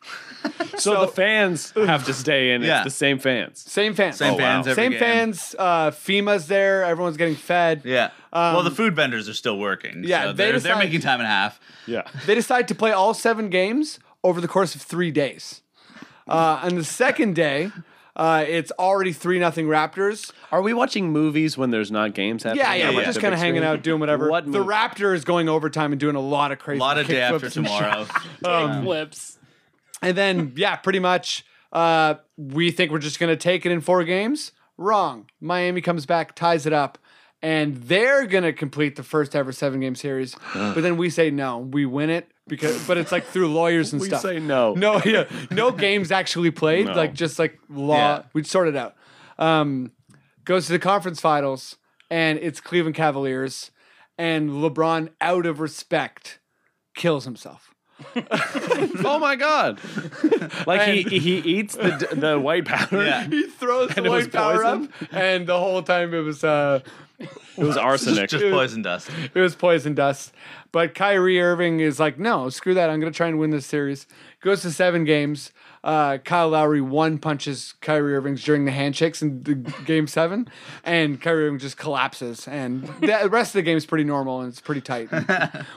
So, the fans have to stay in. Yeah. It's the same fans. Same fans. Same Oh, fans every Same game. fans. Uh, FEMA's there. Everyone's getting fed. Yeah. well, the food vendors are still working. Um, Yeah, so they they're, they're decide- making time and a half. Yeah. They decide to play all seven games over the course of three days. Uh, on the second day, uh, it's already three nothing Raptors. Are we watching movies when there's not games happening? Yeah, yeah, yeah, we're yeah. just The kind of big hanging screen? out, doing whatever. What the movie? Raptor is going overtime and doing a lot of A crazy. lot of day after kickflips and tomorrow. Oh, Flips. And then, yeah, pretty much, uh, we think we're just going to take it in four games. Wrong. Miami comes back, ties it up, and they're going to complete the first ever seven game series. but then we say no, we win it because, but it's like through lawyers and We stuff. say no. No, yeah, no games actually played. No. Like just like law, Yeah. we'd sort it out. Um, goes to the conference finals, and it's Cleveland Cavaliers, and LeBron, out of respect, kills himself. Oh my god! like he he eats the the white powder. Yeah. he throws the it was white power poison? up, and the whole time it was uh, It was arsenic. Just poison dust. it was poison dust. But Kyrie Irving is like, no, screw that. I'm gonna try and win this series. Goes to seven games. Uh, Kyle Lowry one punches Kyrie Irving's during the handshakes in the game seven, and Kyrie Irving just collapses. And the rest of the game's pretty normal and it's pretty tight.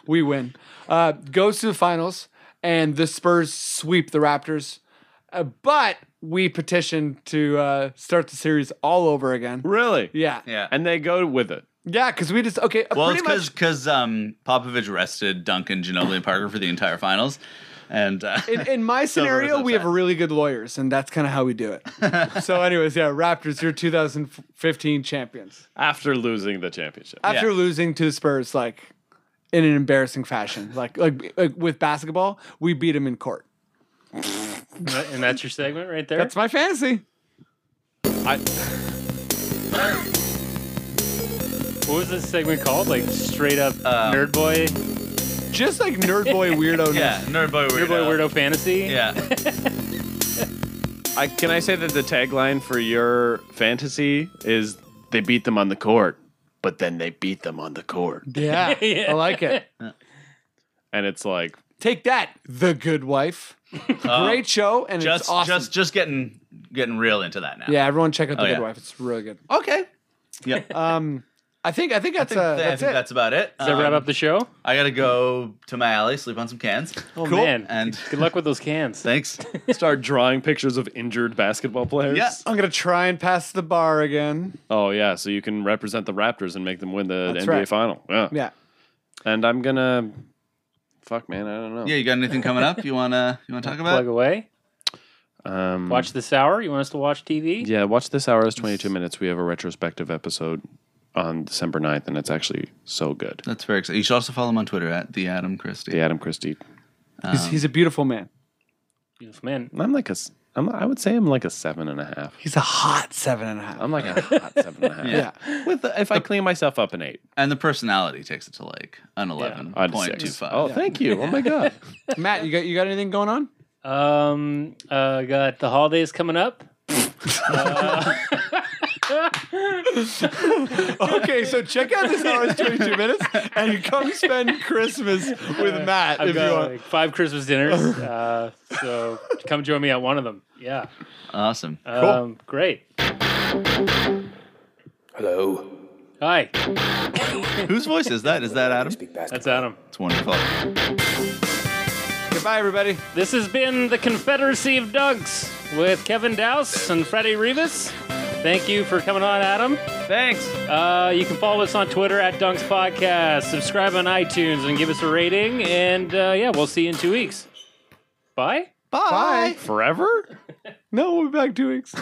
we win. Uh, goes to the finals, and the Spurs sweep the Raptors. Uh, but we petitioned to uh, start the series all over again. really? Yeah. Yeah. And they go with it. Yeah, because we just okay. uh, well, it's pretty because much because um, Popovich rested Duncan, Ginobili, and Parker for the entire finals, and uh, in, in Silver my is scenario, we have upset. really good lawyers, and that's kind of how we do it. so, anyways, yeah, Raptors, you're 2015 champions after losing the championship. after Yeah. losing to the Spurs, like in an embarrassing fashion. Like, like, like with basketball, we beat them in court. And that's your segment right there. That's my fantasy. what was this segment called? Like straight up Uh, nerd boy, Just like nerd boy weirdo. yeah, nerd boy weirdo. nerd boy weirdo fantasy. Yeah, I, can I say that the tagline for your fantasy is they beat them on the court, but then they beat them on the court, Yeah, I like it. and it's like Take that, the good wife. Great show, and Oh. just it's awesome. just just getting getting real into that now. yeah, everyone check out the Oh, good yeah. wife. It's really good. Okay. Yep. Um, I think I think that's I uh, think that's it. that's about it. Does that wrap Um, up the show? I gotta go to my alley, sleep on some cans, Oh man. and Good luck with those cans. thanks. start drawing pictures of injured basketball players. Yeah. I'm gonna try and pass the bar again. Oh yeah, so you can represent the Raptors and make them win the That's NBA right. final. Yeah. Yeah. And I'm gonna fuck man, I don't know. Yeah, you got anything coming up? You wanna you wanna talk about? Plug away. Um, Watch this hour. You want us to watch TV? Yeah, watch this hour is 22 minutes. We have a retrospective episode on December 9th, and it's actually so good. That's very exciting. You should also follow him on Twitter at the Adam Christie. The Adam Christie. He's, he's a beautiful man. Yes, man. I'm like a. s- I'm, I would say I'm like a seven and a half. He's a hot seven and a half. I'm like a hot seven and a half. yeah. With the, if I clean myself up an eight, And the personality takes it to like an eleven I'd point two six. five. Oh, thank you. Oh my god. Matt, you got you got anything going on? Um, uh, got the holidays coming up. Okay, so check out this hour is 22 minutes and come spend Christmas with Matt I've if you got want. like five Christmas dinners. uh, so come join me at one of them. Yeah. Awesome. Um, great. Hello. Hi, Whose voice is that? Is that Adam? Speak basketball. that's Adam. It's wonderful. Goodbye, everybody. This has been the Confederacy of Dugs with Kevin Douse and Freddie Rivas. Thank you for coming on, Adam. Thanks. Uh, you can follow us on Twitter at Dunks Podcast. Subscribe on iTunes and give us a rating. And uh, yeah, we'll see you in two weeks. Bye. Bye. Forever. No, we'll be back two weeks.